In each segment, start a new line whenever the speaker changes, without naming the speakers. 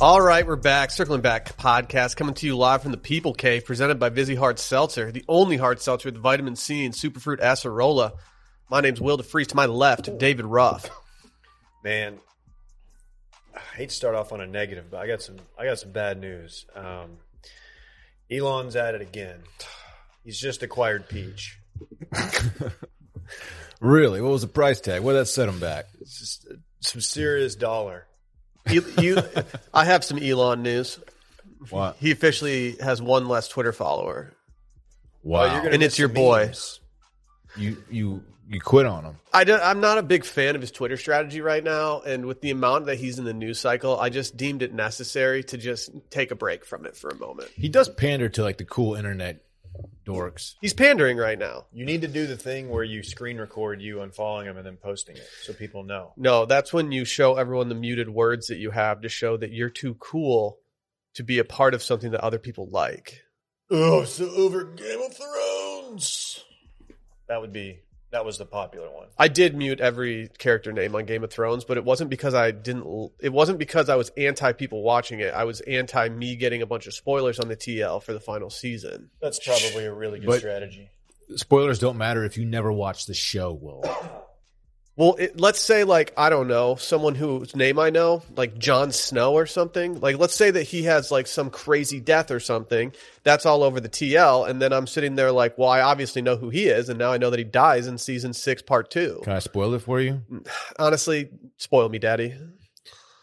All right, we're back. Circling Back podcast coming to you live from the People Cave, presented by Vizzy Hard Seltzer, the only hard seltzer with vitamin C and superfruit acerola. My name's Will DeFreeze. To my left, David Ruff.
Man, I hate to start off on a negative, but I got some I got some bad news. Um, Elon's at it again. He's just acquired Peach.
Really? What was the price tag? What did that set him back?
It's just uh, some serious dollar.
You, E, you, I have some Elon news.
What?
He officially has one less Twitter follower.
Wow.
you're gonna
And
miss
it's your
the
boy.
memes.
you you you quit on him.
I don't, I'm not a big fan of his Twitter strategy right now, and with the amount that he's in the news cycle, I just deemed it necessary to just take a break from it for a moment.
He does pander to like the cool internet dorks.
He's pandering right now.
You need to do the thing where you screen record you unfollowing him and then posting it so people know.
No, that's when you show everyone the muted words that you have to show that you're too cool to be a part of something that other people like.
Oh, so over Game of Thrones. That would be that was the popular one.
I did mute every character name on Game of Thrones, but it wasn't because I didn't. l- It wasn't because I was anti people watching it. I was anti me getting a bunch of spoilers on the TL for the final season.
That's probably a really good
But-
strategy.
Spoilers don't matter if you never watch the show, Will.
Well, it, let's say like I don't know someone whose name I know, like Jon Snow or something. Like let's say that he has like some crazy death or something. That's all over the TL, and then I'm sitting there like, well, I obviously know who he is, and now I know that he dies in season six, part two.
Can I spoil it for you?
Honestly, spoil me, daddy.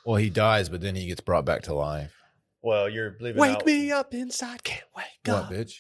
Well, he dies, but then he gets brought back to life.
Well, you're leaving
Wake
out
me up inside, can't wake up.
What, bitch?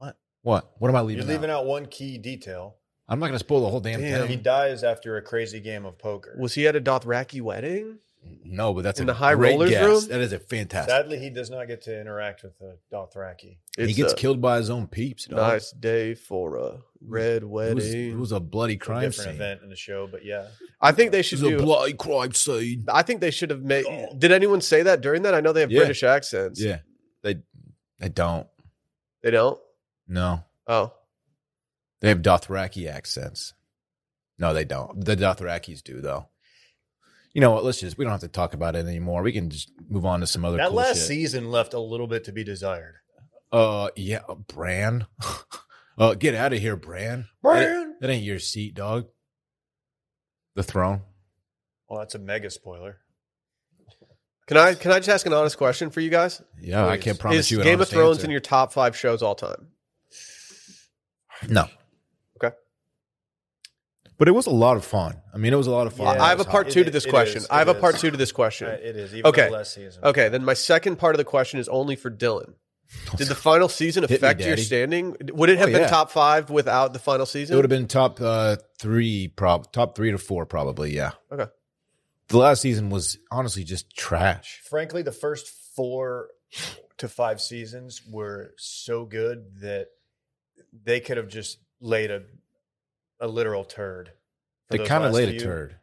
What? What? What am I
you're
leaving?
leaving
out?
out one key detail.
I'm not going to spoil the whole damn
Damn.
He
thing.
dies after a crazy game of poker.
Was he at a Dothraki wedding?
No, but that's
In
a
the high
great
rollers
guess.
room?
That is a fantastic.
Sadly, he does not get to interact with the Dothraki.
he
It's
gets
a
killed by his own peeps. dog.
Nice day for a red
It
wedding.
was, it was a bloody
It's a
crime
different
scene.
event in the show, but yeah,
I think they
It
should
was a
do.
bloody crime scene.
I think they should have made. Did anyone say that during that? I know they have
Yeah.
British accents.
Yeah, they they don't.
They don't.
No,
Oh,
they have Dothraki accents. No, they don't. The Dothrakis do though. You know what? Let's just we don't have to talk about it anymore. We can just move on to some other.
that
cool
last
shit.
season left a little bit to be desired.
Uh, yeah, Bran. uh, get out of here, Bran.
Bran!
that, that ain't your seat, dog. The throne.
Well, that's a mega spoiler.
can I can I just ask an honest question for you guys?
Yeah, I
Please.
can't promise
Is
you. An
Game of
honest
Thrones
answer.
in your top five shows all time?
No.
Okay.
But it was a lot of fun. I mean, it was a lot of fun.
Yeah,
I have a
It was
part
hot.
two to
It-
this
it
question.
is,
I have
it
a part
is.
two to this question.
Uh, It is even
Okay.
the last season.
Okay, then my second part of the question is only for Dylan. Did the final season
me,
affect your
Daddy.
standing? Would it have
Oh,
been
yeah.
top five without the final
It
season?
would have been top uh, three, prob top three to four, probably. Yeah.
Okay.
The last season was honestly just trash.
Frankly, the first four to five seasons were so good that they could have just laid a a literal turd. for
they
those
kind of
last
laid a
few,
turd.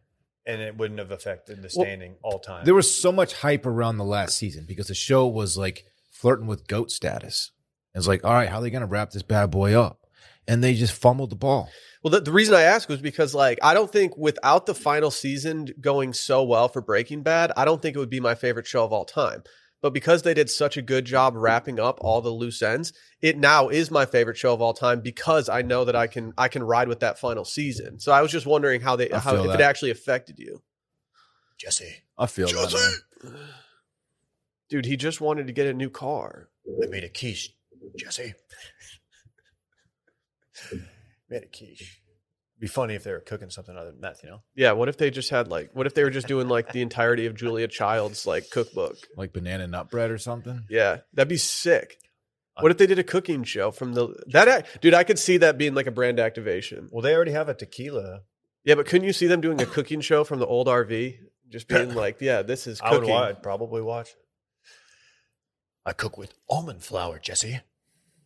and it wouldn't have affected the
Well,
standing all time.
There was so much hype around the last season because the show was like flirting with goat status. It was like, all right, how are they going to wrap this bad boy up? And they just fumbled the ball.
Well, the, the reason I ask was because, like, I don't think without the final season going so well for Breaking Bad, I don't think it would be my favorite show of all time. But because they did such a good job wrapping up all the loose ends, it now is my favorite show of all time because I know that I can I can ride with that final season. So I was just wondering how they
I
how
feel
if it
that.
actually affected you,
Jesse.
I feel that.
Jesse!
man.
dude. He just wanted to get a new car.
I made a quiche, Jesse. made a quiche. Be funny if they were cooking something other than that, you know.
Yeah, what if they just had like what if they were just doing like the entirety of Julia Child's like cookbook?
Like banana nut bread or something.
Yeah, that'd be sick. What if they did a cooking show from the that act, dude? I could see that being like a brand activation.
Well, they already have a tequila.
Yeah, but couldn't you see them doing a cooking show from the old RV? Just being like, yeah, this is
I would
cooking.
wa- I'd probably watch it. I cook with almond flour, Jesse.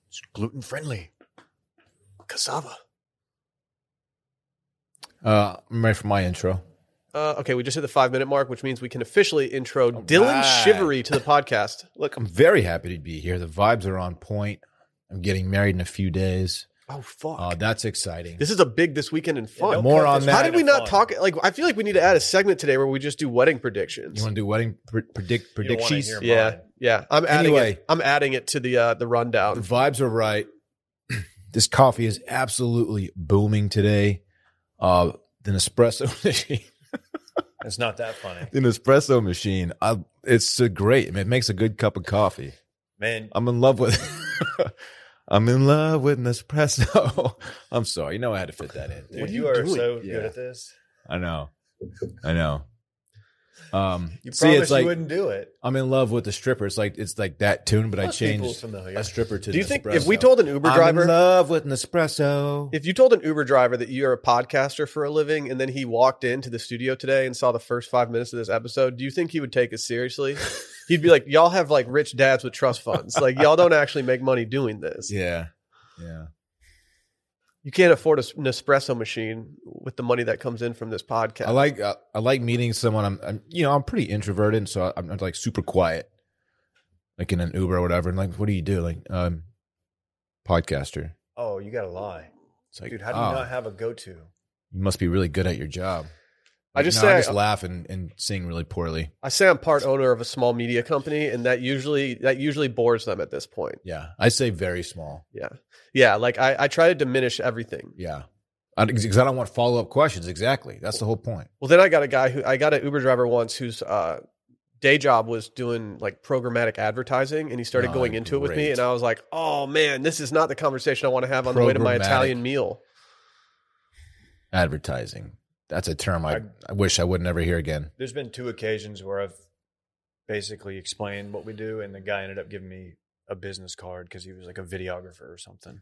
It's gluten friendly.
Cassava.
Uh, I'm ready for my intro.
Uh, okay, we just hit the five minute mark, which means we can officially intro
All
Dylan
right.
Shivery to the podcast.
Look, I'm very happy to be here. The vibes are on point. I'm getting married in a few days.
Oh fuck!
Uh, that's exciting.
this is a big this weekend and
Yeah,
fun.
don't
More
cut
on
this
that.
How
kind
did
of
we not
fun.
talk? Like, I feel like we need to add a segment today where we just do wedding predictions.
you want to do wedding pre- predict
You don't wanna
predictions?
hear
yeah,
mine.
yeah. I'm adding
Anyway.
it. I'm adding it to the uh, the
The
rundown.
vibes are right. this coffee is absolutely booming today. Uh, the Nespresso machine.
It's not that funny,
The Nespresso machine. I, it's a great. I mean, it makes a good cup of coffee.
man.
I'm in love with. I'm in love with Nespresso. I'm sorry. You know I had to fit that in.
Dude,
what are
you,
you
are
doing?
so
Yeah.
good at this.
I know. I know. Um,
You
see,
promised
it's like
you wouldn't do it.
I'm in love with the stripper. It's like it's like that tune, but I
Most people's
changed
familiar.
a stripper to.
Do you think if
Nespresso.
we told an Uber
I'm
driver,
in love with Nespresso?
if you told an Uber driver that you're a podcaster for a living, and then he walked into the studio today and saw the first five minutes of this episode, do you think he would take it seriously? He'd be like, "Y'all have like rich dads with trust funds. Like y'all don't actually make money doing this.
yeah, yeah.
You can't afford a s- Nespresso machine with the money that comes in from this podcast."
I like uh, I like meeting someone. I'm, I'm you know I'm pretty introverted, so I- I'm, I'm like super quiet, like in an Uber or whatever. And like, what do you do? Like, um, podcaster.
Oh, you got to lie,
It's like,
dude. How do you
oh,
not have a go-to?
you must be really good at your job.
I just
no,
say
I
I-
just laugh and, and sing really poorly.
I say I'm part owner of a small media company, and that usually that usually bores them at this point.
Yeah, I say very small.
Yeah, like I, I try to diminish everything.
Yeah, because I, don't want follow up questions. Exactly, that's the whole point.
Well, then I got a guy who I got an Uber driver once whose uh, day job was doing like programmatic advertising, and he started
Oh,
going into it with me,
great.
and I was like, "Oh man, this is not the conversation I want to have on the way to my
Programmatic.
Italian meal."
Advertising. That's a term I, I,
I-
wish I would never hear again.
There's been two occasions where I've basically explained what we do, and the guy ended up giving me a business card because he was like a videographer or something.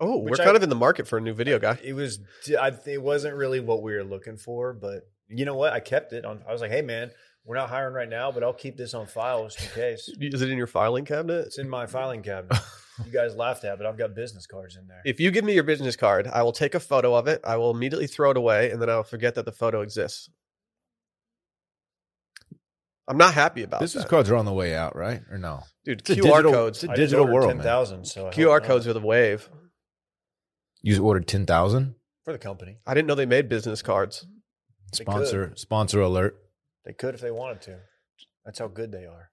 Oh,
Which
we're
I-
kind of in the market for a new video guy.
It was I, it wasn't really what we were looking for, but you know what? I kept it on. I was like, hey man, we're not hiring right now, but I'll keep this on file just in case.
Is it in your filing cabinet?
It's in my filing cabinet. You guys laughed at, it, but I've got business cards in there.
If you give me your business card, I will take a photo of it. I will immediately throw it away, and then I'll forget that the photo exists. I'm not happy about
Business
that.
cards are on the way out, right? Or no?
dude.
it's
QR
a digital-
codes,
it's a
I just
digital
ordered
world, man.
10,000, so I
QR
hope uh, not.
codes are the wave.
You ordered ten thousand.
for the company.
I didn't know they made business cards.
They could.
Sponsor sponsor alert.
They could if they wanted to. That's how good they are.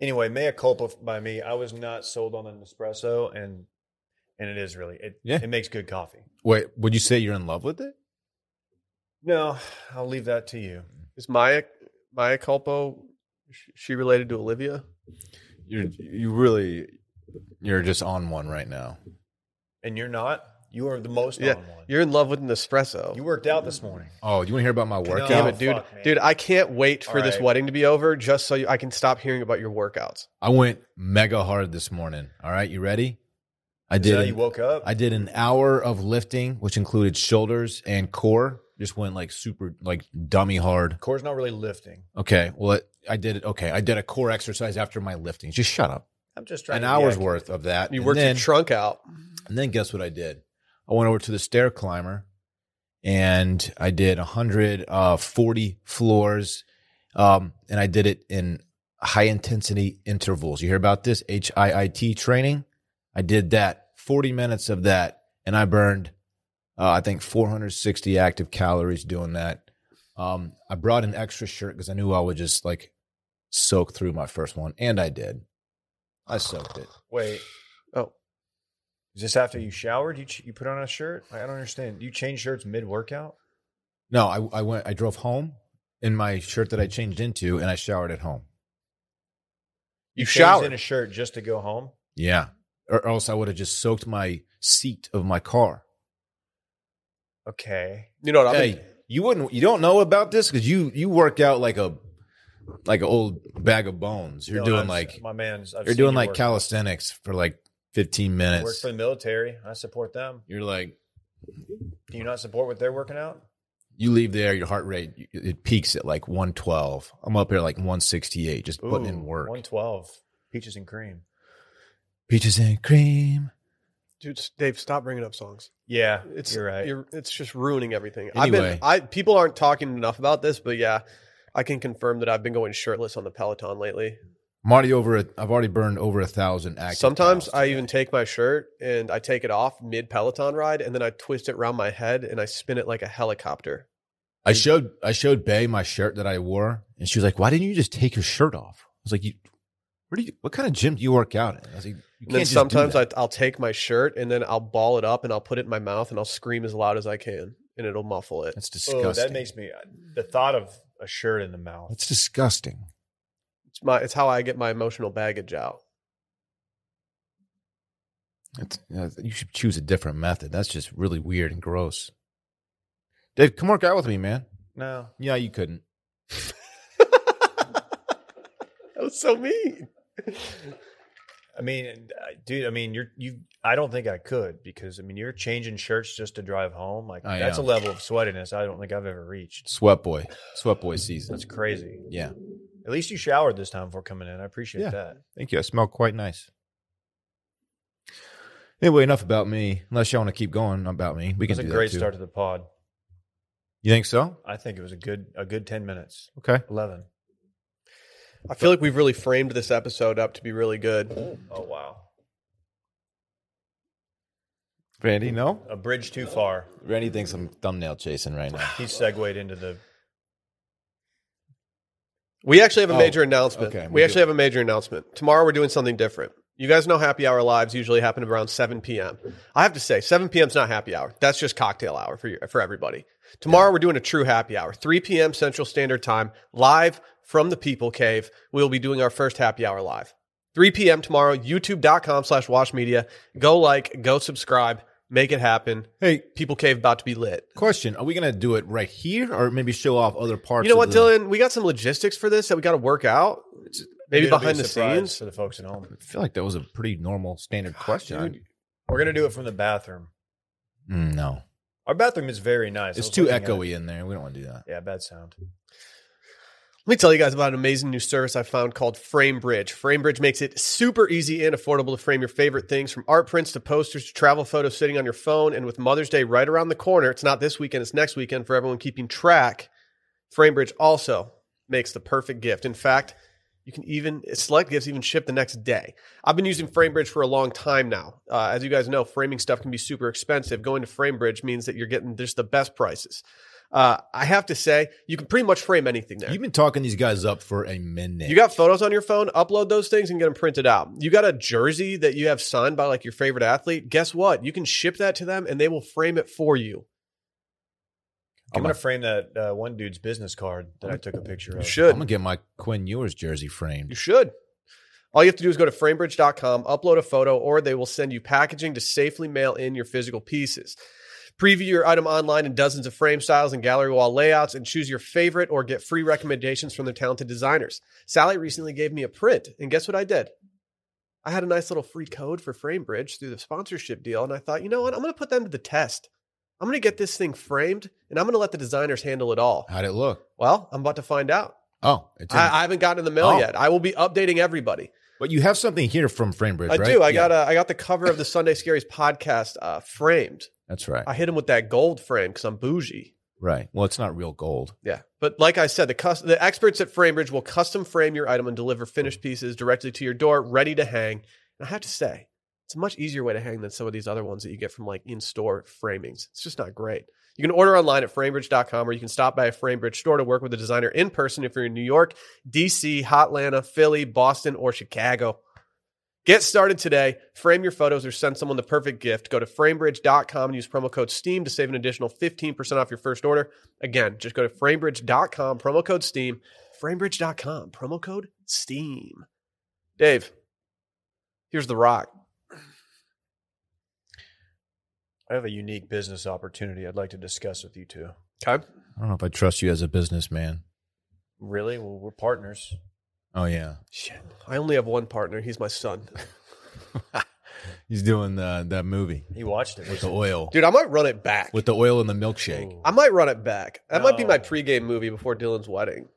Anyway, mea culpa by me. I was not sold on an espresso, and and it is really it.
Yeah.
it makes good coffee.
Wait, would you say you're in love with it?
No, I'll leave that to you.
Is Maya Maya Culpo? sh- She related to Olivia.
You're you really you're just on one right now.
And you're not. You are the most
Yeah,
on one.
You're in love with an espresso.
You worked out this morning.
Oh, you want to hear about my workout?
Damn
Oh,
it, dude!
fuck, man.
dude, I can't wait for
All
this
right.
wedding to be over just so you, I can stop hearing about your workouts.
I went mega hard this morning. All right, you ready? I
Is that
did.
how
an-
you woke up?
I did an hour of lifting, which included shoulders and core. Just went like super, like dummy hard.
Core's not really lifting.
Okay, well, it, I did it. Okay, I did a core exercise after my lifting. Just shut up.
I'm just trying
An
to be
hour's
accurate.
worth of that.
You
And
worked
then-
your trunk out.
And then guess what I did? I went over to the stair climber and I did 140 floors. Um, and I did it in high intensity intervals. You hear about this HIIT training? I did that 40 minutes of that and I burned, uh, I think 460 active calories doing that. Um, I brought an extra shirt because I knew I would just like soak through my first one and I did. I soaked it.
Wait.
Oh.
Is this after you showered? You ch- you put on a shirt? Like, I don't understand. You change shirts mid workout?
No, I, I went. I drove home in my shirt that I changed into, and I showered at home.
You,
in a
showered.
shirt just to go home?
Yeah, or else I would have just soaked my seat of my car.
Okay.
you know what I mean?
Hey, you wouldn't. You don't know about this because you you work out like a like an old bag of bones. You're
No,
doing
I've-
like
my man's. I've
you're
seen
doing
you
like
work.
calisthenics for like
I
15
Work
minutes.
for the military. I support them.
You're like
Do you not support what they're working out?
you leave there, your heart rate you- it peaks at like 112. I'm up here like 168, just putting in work.
One twelve peaches and cream.
Peaches and cream.
dude. s- Dave, stop bringing up songs.
Yeah,
It's
you're right.
You're, it's just ruining everything.
Anyway.
I've been. I people aren't talking enough about this, but yeah, I can confirm that I've been going shirtless on the Peloton lately.
I'm already over. A, I've already burned over a thousand. Active
Sometimes
miles
I
today.
even take my shirt and I take it off mid Peloton ride and then I twist it around my head and I spin it like a helicopter.
I showed I showed Bay my shirt that I wore, and she was like, "Why didn't you just take your shirt off?" I was like, "You, where do you? What kind of gym do you work out in?" I was like, "You
And then
can't just do
sometimes
that."
I, I'll take my shirt and then I'll ball it up and I'll put it in my mouth and I'll scream as loud as I can and it'll muffle it.
that's disgusting.
Oh, that makes me the thought of a shirt in the mouth.
that's disgusting.
It's my it's how I get my emotional baggage out.
That's, uh, you should choose a different method. That's just really weird and gross. Dave, come work out with me, man.
No,
Yeah, you couldn't.
That was so mean.
I mean, and, uh, dude, I mean, you're you. I don't think I could because I mean, you're changing shirts just to drive home. Like
I
that's
am.
a level of sweatiness I don't think I've ever reached.
Sweat boy, sweat boy season.
That's crazy.
Yeah,
At least you showered this time before coming in. I appreciate
Yeah.
that.
thank you. I smell quite nice. Anyway, enough about me. Unless y'all want to keep going about me, we
It
can
was a
do
great
that too.
start to the pod.
You think so?
I think it was a good a good ten minutes.
Okay.
Eleven.
I feel like we've really framed this episode up to be really good.
Oh wow.
Randy, no.
A bridge too far.
Randy thinks I'm thumbnail chasing right now.
He segued into the
We actually have a
Oh,
major announcement.
okay,
we
we do.
actually have a major announcement. Tomorrow we're doing something different. You guys know happy hour lives usually happen around 7 p.m. I have to say, 7 p.m. is not happy hour. That's just cocktail hour for you, for everybody. Tomorrow we're doing a true happy hour, 3 p.m. Central Standard Time, live from the People Cave. We'll be doing our first happy hour live. 3 p.m. tomorrow, youtube.com slash wash media. Go like, go subscribe, make it happen.
Hey,
People Cave about to be lit.
question: Are we gonna do it right here, or maybe show off other
You
parts?
know
of
what,
the-
Dylan? We got some logistics for this that we got to work out. Maybe
It'll be a
behind the
surprise
scenes.
for the folks at home.
I feel like that was a pretty normal, standard question.
We're gonna do it from the bathroom.
Mm, no,
Our bathroom is very nice. I
it's
was
too
looking at it.
echoey in there. We don't want to do that.
Yeah, bad sound.
Let me tell you guys about an amazing new service I found called FrameBridge. FrameBridge makes it super easy and affordable to frame your favorite things from art prints to posters to travel photos sitting on your phone. And with Mother's Day right around the corner, it's not this weekend, it's next weekend for everyone keeping track. FrameBridge also makes the perfect gift. In fact, you can even select gifts even ship the next day. I've been using FrameBridge for a long time now. Uh, as you guys know, framing stuff can be super expensive. Going to FrameBridge means that you're getting just the best prices. Uh, I have to say, you can pretty much frame anything there.
You've been talking these guys up for a minute.
You got photos on your phone, upload those things and get them printed out. You got a jersey that you have signed by like your favorite athlete. Guess what? You can ship that to them and they will frame it for you.
I'm
I'm
a-
gonna frame that uh, one dude's business card that I took a picture
You
of.
I'm
should.
gonna get my Quinn Ewers jersey
You
framed.
should. All you have to do is go to framebridge.com, upload a photo, or they will send you packaging to safely mail in your physical pieces. Preview your item online in dozens of frame styles and gallery wall layouts and choose your favorite or get free recommendations from their talented designers. Sally recently gave me a print, and guess what I did? I had a nice little free code for FrameBridge through the sponsorship deal, and I thought, you know what? I'm going to put them to the test. I'm going to get this thing framed, and I'm going to let the designers handle it all.
How'd it look? Well,
Well, I'm about to find out.
oh, it's in,
I, I haven't gotten in the mail
Oh.
yet. I will be updating everybody.
but you have something here from Framebridge,
I
right?
do. I
Yeah,
got a, I got the cover of the Sunday Scaries podcast uh, framed.
That's right.
I hit him with that gold frame because I'm bougie.
right. Well, it's not real gold.
Yeah, but like I said, the cus- the experts at FrameBridge will custom frame your item and deliver finished pieces directly to your door, ready to hang. And I have to say, it's a much easier way to hang than some of these other ones that you get from like in store framings. It's just not great. You can order online at framebridge.com or you can stop by a FrameBridge store to work with a designer in person if you're in New York, DC, Hotlanta, Philly, Boston, or Chicago. Get started today. Frame your photos or send someone the perfect gift. Go to framebridge.com and use promo code STEAM to save an additional 15% off your first order. Again, just go to framebridge.com, promo code STEAM. Framebridge.com, promo code STEAM. Dave, here's the rock.
I have a unique business opportunity I'd like to discuss with you two.
Okay.
I don't know if I trust you as a businessman.
Really? Well, we're partners.
Oh yeah,
Shit. I only have one partner. He's my son.
he's doing the, that movie
He watched it.
with the oil,
Dude, I might run it back.
with the oil and the milkshake.
Ooh.
I might run it back. That might be
No.
my pregame movie before Dylan's wedding.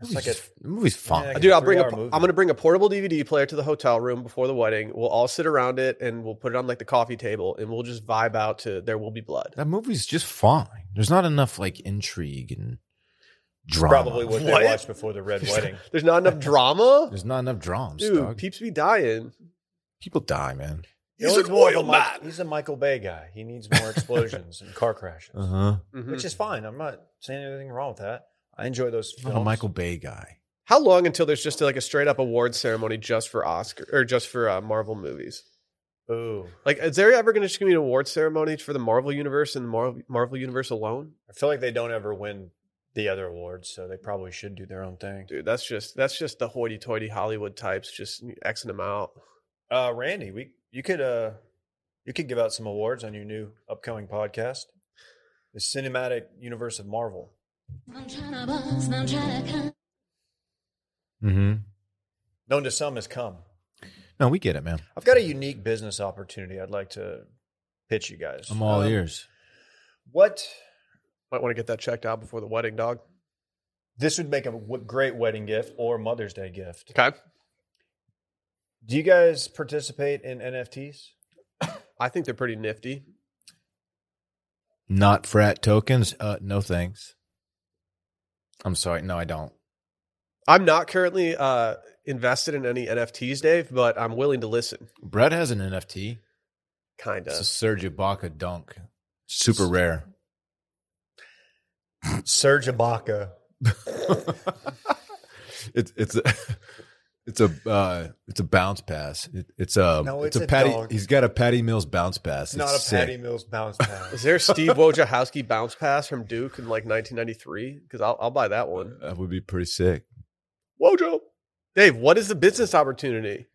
It's like a-
the movie's fun.
Yeah,
Dude, I'll bring a,
three-hour
I'm
movie.
going to bring a portable DVD player to the hotel room before the wedding. We'll all sit around it and we'll put it on like the coffee table and we'll just vibe out to There Will Be Blood.
That movie's just fine. There's not enough like intrigue and drama.
Probably what they
What?
watched before the Red Wedding.
There's not enough drama.
There's not enough drums,
Dude,
dog.
peeps be dying.
People die, man.
The
He's
only
an
one-
oil
Mike-
man.
He's a Michael Bay guy. He needs more explosions and car crashes,
huh.
Mhm.
which is fine. I'm not saying anything wrong with that. I enjoy those films.
Not Mm-hmm. a Michael Bay guy.
How long until there's just like a straight up award ceremony just for Oscar or just for uh, Marvel movies?
Ooh,
Like, is there ever going to just be an award ceremony for the Marvel universe and the Marvel, Marvel universe alone?
I feel like they don't ever win the other awards, so they probably should do their own thing.
Dude, that's just that's just the hoity-toity Hollywood types just xing them out.
Uh, Randy, we you could uh you could give out some awards on your new upcoming podcast, the Cinematic Universe of Marvel.
I'm tryna bust, I'm tryna come.
Mm-hmm.
Known to some as come.
No, we get it, man.
I've got a unique business opportunity I'd like to pitch you guys.
I'm all
Um,
ears.
What
Might want to get that checked out before the wedding, dog.
this would make a w- great wedding gift or Mother's Day gift.
Okay,
Do you guys participate in NFTs?
I think they're pretty nifty.
Not frat tokens. Uh, no thanks. I'm sorry. No, I don't.
I'm not currently uh, invested in any NFTs, Dave, but I'm willing to listen.
Brett has an NFT.
Kind
It's a
of.
Serge Ibaka dunk. Super rare.
Serge Ibaka.
it's it's a it's a uh, it's a bounce pass. It, it's a
No,
it's,
it's
a
a
Patty.
dog.
He's got a Patty Mills bounce pass. It's
Not a
sick.
Patty Mills bounce pass.
Is there a Steve Wojciechowski bounce pass from Duke in like 1993? Because I'll, I'll buy that one.
That would be pretty sick.
Wojo. Dave, what is the business opportunity?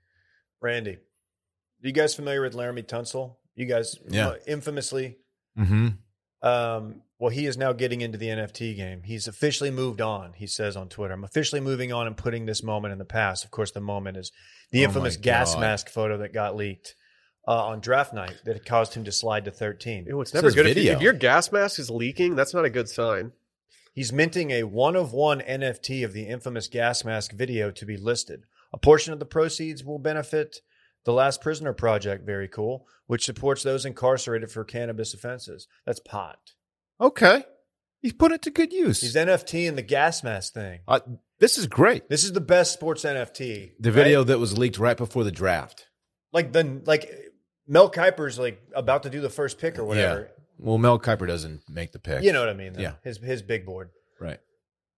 Randy, you guys familiar with Laramie Tunsil? You guys
Yeah.
infamously
Mm-hmm.
Um, well, he is now getting into the NFT game. He's officially moved on. He says on Twitter, "I'm officially moving on and putting this moment in the past." Of course, the moment is the
Oh
infamous
my
gas
God.
mask photo that got leaked uh, on draft night that caused him to slide to 13.
Ew, it's
This
never
is
good. If, you,
video.
if your gas mask is leaking, that's not a good sign.
He's minting a one of one NFT of the infamous gas mask video to be listed. A portion of the proceeds will benefit the Last Prisoner Project, very cool, which supports those incarcerated for cannabis offenses. That's pot.
Okay, he's putting it to good use.
He's NFT and the gas mask thing.
Uh, this is great.
This is the best sports NFT.
The
right?
video that was leaked right before the draft.
like the like Mel Kiper's like about to do the first pick or whatever.
Well, Mel Kiper doesn't make the pick.
You know what I mean?
Yeah.
His his big board.
right?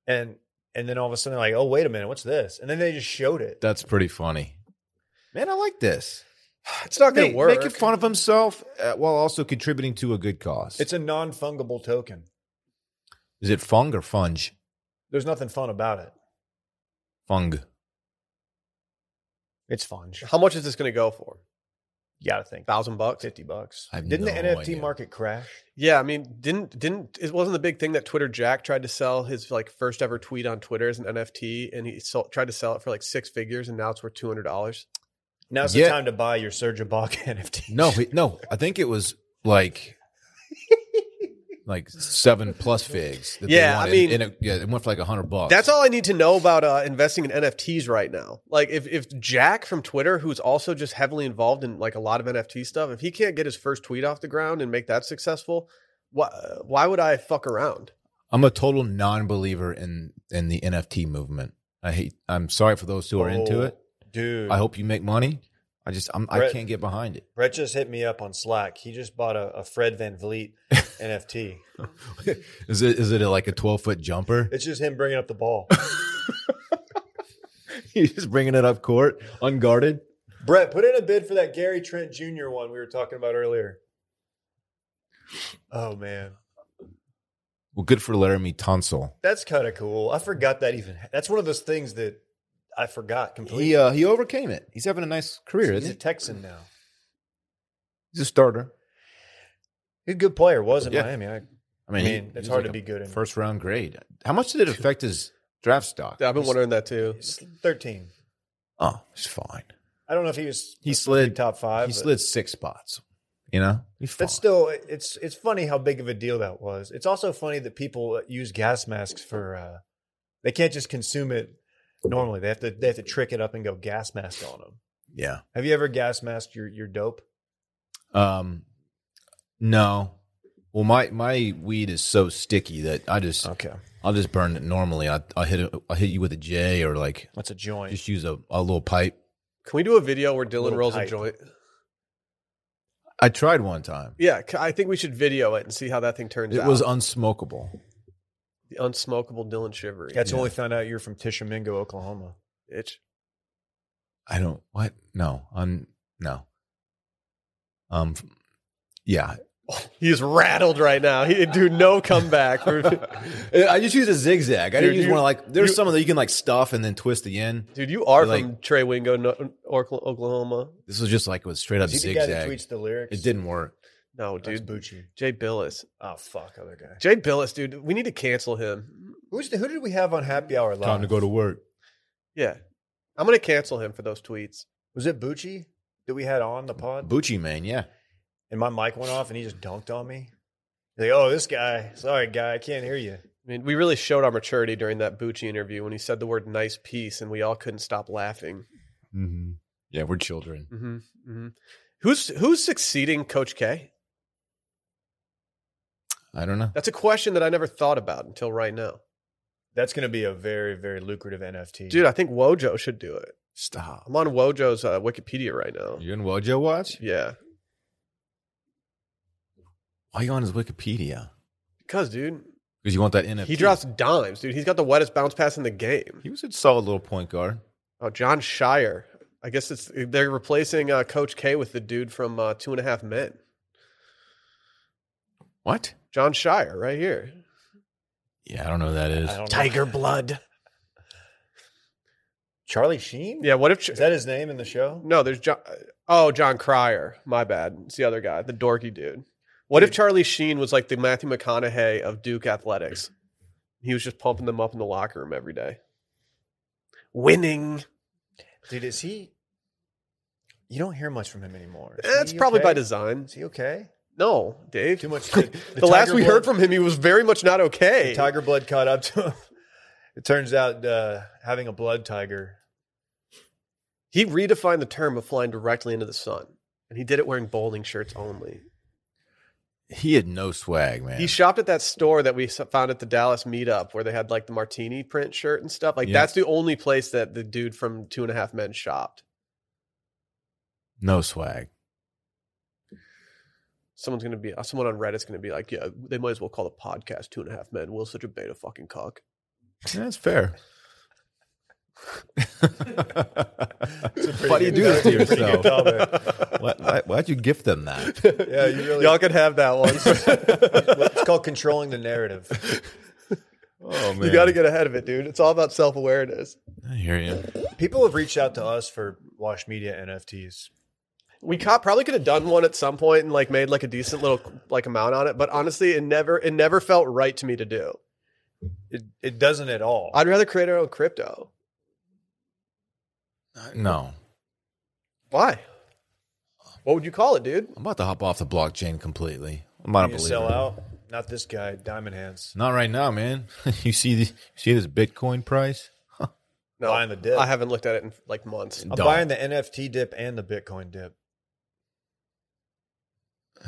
And and then all of a sudden like, oh wait a minute, what's this? And then they just showed it.
That's pretty funny. Man, I like this.
It's not going
Make,
to work.
making fun of himself uh, while also contributing to a good cause.
It's a non fungible token.
is it fung or funge?
There's nothing fun about it.
Fung.
It's fun.
How much is this going to go for?
You gotta think.
Thousand bucks?
Fifty bucks.
I have
Didn't the
no
NFT
idea.
market crash?
Yeah, I mean, didn't didn't it wasn't the big thing that Twitter Jack tried to sell his like first ever tweet on Twitter as an NFT, and he sold, tried to sell it for like six figures, and now it's worth two hundred dollars.
Now's
Yeah.
the time to buy your Serge Ibaka NFT.
No, he- no. I think it was like like seven plus figs. that they
Yeah, I
wanted,
mean-
and it, yeah, it went for like a hundred bucks.
That's all I need to know about uh, investing in NFTs right now. Like, if if Jack from Twitter, who's also just heavily involved in like a lot of NFT stuff, if he can't get his first tweet off the ground and make that successful, why why would I fuck around?
I'm a total non-believer in in the NFT movement. I hate. I'm sorry for those who are into
Oh,
it.
Dude.
I hope you make money. I just I'm, I
Brett-
can't get behind it.
Brett just hit me up on Slack. He just bought a, a Fred Van Vliet NFT.
Is it is it like a 12 foot jumper?
It's just him bringing up the ball.
He's just bringing it up court unguarded.
Brett, put in a bid for that Gary Trent Jr. one we were talking about earlier. Oh man,
Well, good for Laramie Tunsil.
that's kind of cool. I forgot that even. That's one of those things that I forgot completely.
He uh, he overcame it. He's having a nice career,
He's
isn't
a
he?
Texan now.
He's a starter.
He's a good player. Was in
Yeah.
Miami. I,
I
mean,
mean, he-
it's
he's
hard
like
to be
a
good in
first round grade. How much did it affect his draft stock?
I've been wondering that too.
He's thirteen.
Oh, it's fine.
I don't know if he was
He slid.
top five.
he
but
slid six spots. You know, he's fine.
But still, it's it's funny how big of a deal that was. It's also funny that people use gas masks for. Uh, they can't just consume it normally. They have to they have to trick it up and go gas mask on them.
yeah.
Have you ever gas masked your, your dope?
Um, no. Well, my my weed is so sticky that I just
Okay.
I'll just burn it normally. I I hit a, I hit you with a J or like
That's a joint.
just use a, a little pipe.
Can we do a video where Dylan
Little
rolls a
pipe.
joint?
I tried one time.
Yeah, c- I think we should video it and see how that thing turns
It
out.
was unsmokable.
the unsmokable Dylan Shivery.
That's
Yeah.
when we found out you're from Tishomingo, Oklahoma.
Itch.
I don't what? No. I'm no. Um yeah.
He's rattled right now. He did do no comeback.
I just use a zigzag. I
Dude,
didn't use
you-
one of like there's
you-
some of that you can like stuff and then twist the end.
Dude, you are
Like-
from Trey Wingo, no, Orkla- Oklahoma.
This was just like it was straight up
Is he the guy that
zigzag.
tweets the lyrics?
It didn't work.
No,
That's
dude.
Bucci.
Jay Billis.
Oh fuck, other guy.
Jay Billis, dude. We need to cancel him.
Who's the, who did we have on Happy Hour Live?
Time to go to work.
Yeah. I'm going to cancel him for those tweets.
Was it Bucci that we had on the pod?
Bucci man, yeah.
and my mic went off, and he just dunked on me. He's like, oh, this guy. Sorry, guy, I can't hear you.
I mean, we really showed our maturity during that Bucci interview when he said the word nice piece and we all couldn't stop laughing.
Mm-hmm. Yeah, we're children.
hmm hmm Who's who's succeeding Coach K?
I don't know.
That's a question that I never thought about until right now.
That's going to be a very, very lucrative NFT,
Dude, I think Wojo should do it.
Stop.
I'm on Wojo's uh, Wikipedia right now.
You're in Wojo Watch?
Yeah.
Why are you on his Wikipedia?
Because, dude,
Because you want that NFT.
he drops dimes, dude. He's got the wettest bounce pass in the game.
He was a solid little point guard.
Oh, John Shire. I guess it's they're replacing uh, Coach K with the dude from uh, Two and a Half Men.
What?
John Shire, right here.
Yeah, I don't know who that is.
I don't know.
Blood.
Charlie Sheen.
Yeah. What if?
is that his name in the show?
No, there's John. Oh, John Cryer. My bad. It's the other guy, the dorky dude. What if
Dude.
Charlie Sheen was like the Matthew McConaughey of Duke athletics? He was just pumping them up in the locker room every day. Winning.
Dude, is he? You don't hear much from him anymore. Is
That's
he
probably
okay?
by design.
Is he okay?
No, Dave.
Too much.
the last we heard from him, he was very much not okay.
the tiger blood caught up to him. It turns out uh, having a blood tiger.
He redefined the term of flying directly into the sun, and he did it wearing bowling shirts only.
He had no swag, man.
He shopped at that store that we s- found at the Dallas meetup where they had like the martini print shirt and stuff. Like
Yeah.
that's the only place that the dude from Two and a Half Men shopped.
no swag.
Someone's gonna be uh, someone on Reddit's gonna be like, yeah, they might as well call the podcast Two and a Half Men. Will's such a beta fucking cuck.
Yeah, that's fair. Why do you
good-
do this to
that's a pretty
yourself?
good callback.
Why, why, why'd you gift them that?
Yeah, you really.
Y'all could have that one.
well, it's called controlling the narrative.
Oh man,
you got to get ahead of it, dude. It's all about self awareness.
I hear you.
People have reached out to us for Wash Media NFTs.
We caught, probably could have done one at some point and like made like a decent little like amount on it, but honestly, it never it never felt right to me to do.
It, it doesn't at all.
I'd rather create our own crypto.
No,
Why? What would you call it, dude?
I'm about to hop off the blockchain completely. I'm not a
You
believer.
sell out. Not this guy, Diamond Hands.
Not right now, man. you see, the, you see this Bitcoin price?
No,
Buying the dip.
I haven't looked at it in like months.
I'm
Don't.
buying the NFT dip and the Bitcoin dip.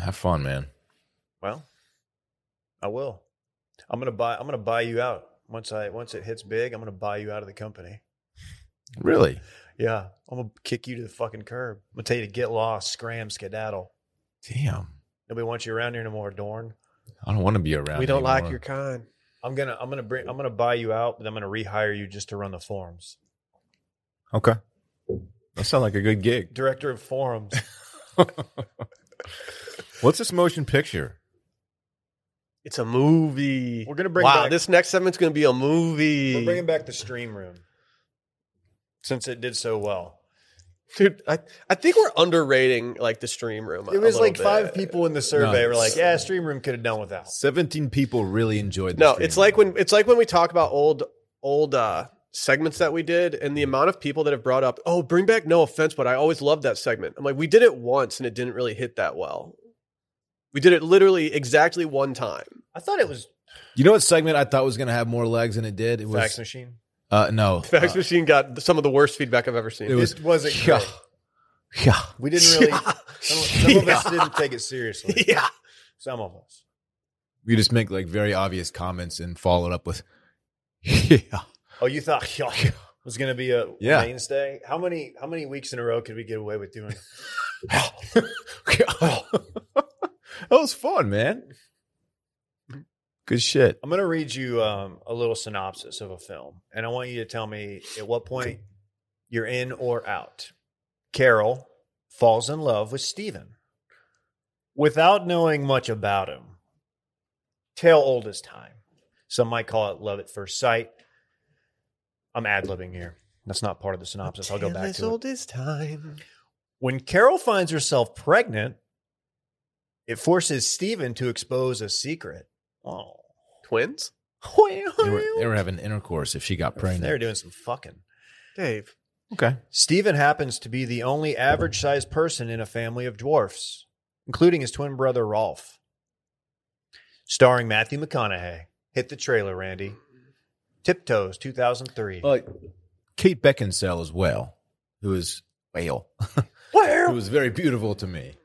Have fun, man.
Well, I will. I'm gonna buy. I'm gonna buy you out once I once it hits big. I'm gonna buy you out of the company.
Really?
Yeah, I'm gonna kick you to the fucking curb. I'm gonna tell you to get lost, scram, skedaddle.
Damn.
Nobody wants you around here no more, Dorn.
I don't want to be around.
We don't like
anymore.
your kind.
I'm gonna I'm gonna bring I'm gonna buy you out, but I'm gonna rehire you just to run the forums.
Okay. That sounds like a good gig.
Director of forums.
What's this motion picture?
It's a movie.
We're gonna bring
wow,
back-
this next segment's gonna be a movie.
We're bringing back the stream room since it did so well.
Dude, I, I think we're underrating like the stream room. a
It was
little
like
bit.
five people in the survey
No.
were like, "Yeah, stream room could have done without."
Seventeen people really enjoyed. The
No,
stream.
it's like when it's like when we talk about old old uh segments that we did and the amount of people that have brought up, oh, bring back no offense, but I always loved that segment. I'm like, we did it once and it didn't really hit that well. We did it literally exactly one time.
I thought it was
you know what segment I thought was going to have more legs than it did. It
fax
was
machine.
uh, no.
Fax
Uh,
machine got some of the worst feedback I've ever seen.
It was-
It wasn't.
yeah,
great.
Uh, yeah,
We didn't really. Some, some of us
Yeah.
didn't take it seriously.
yeah.
Some of us.
We just make like very obvious comments and follow it up with, yeah.
Oh, you thought was going to be a
Yeah.
mainstay? How many how many weeks in a row could we get away with doing?
that was fun, man. Good shit.
I'm going to read you um, a little synopsis of a film, and I want you to tell me at what point you're in or out. Carol falls in love with Stephen without knowing much about him. Tale old as time. Some might call it love at first sight. I'm ad libbing here. That's not part of the synopsis. I'll go
Tale
back
as
to it.
old as time.
When Carol finds herself pregnant, it forces Stephen to expose a secret. Oh.
Twins?
They were, they were having intercourse if she got pregnant.
They're doing some fucking.
Dave.
Okay.
Stephen happens to be the only average sized person in a family of dwarfs, including his twin brother Rolf. Starring Matthew McConaughey. Hit the trailer, Randy. Tiptoes, 2003.
Uh,
Well, Kate Beckinsale as well, who is whale, who
Where?
was very beautiful to me.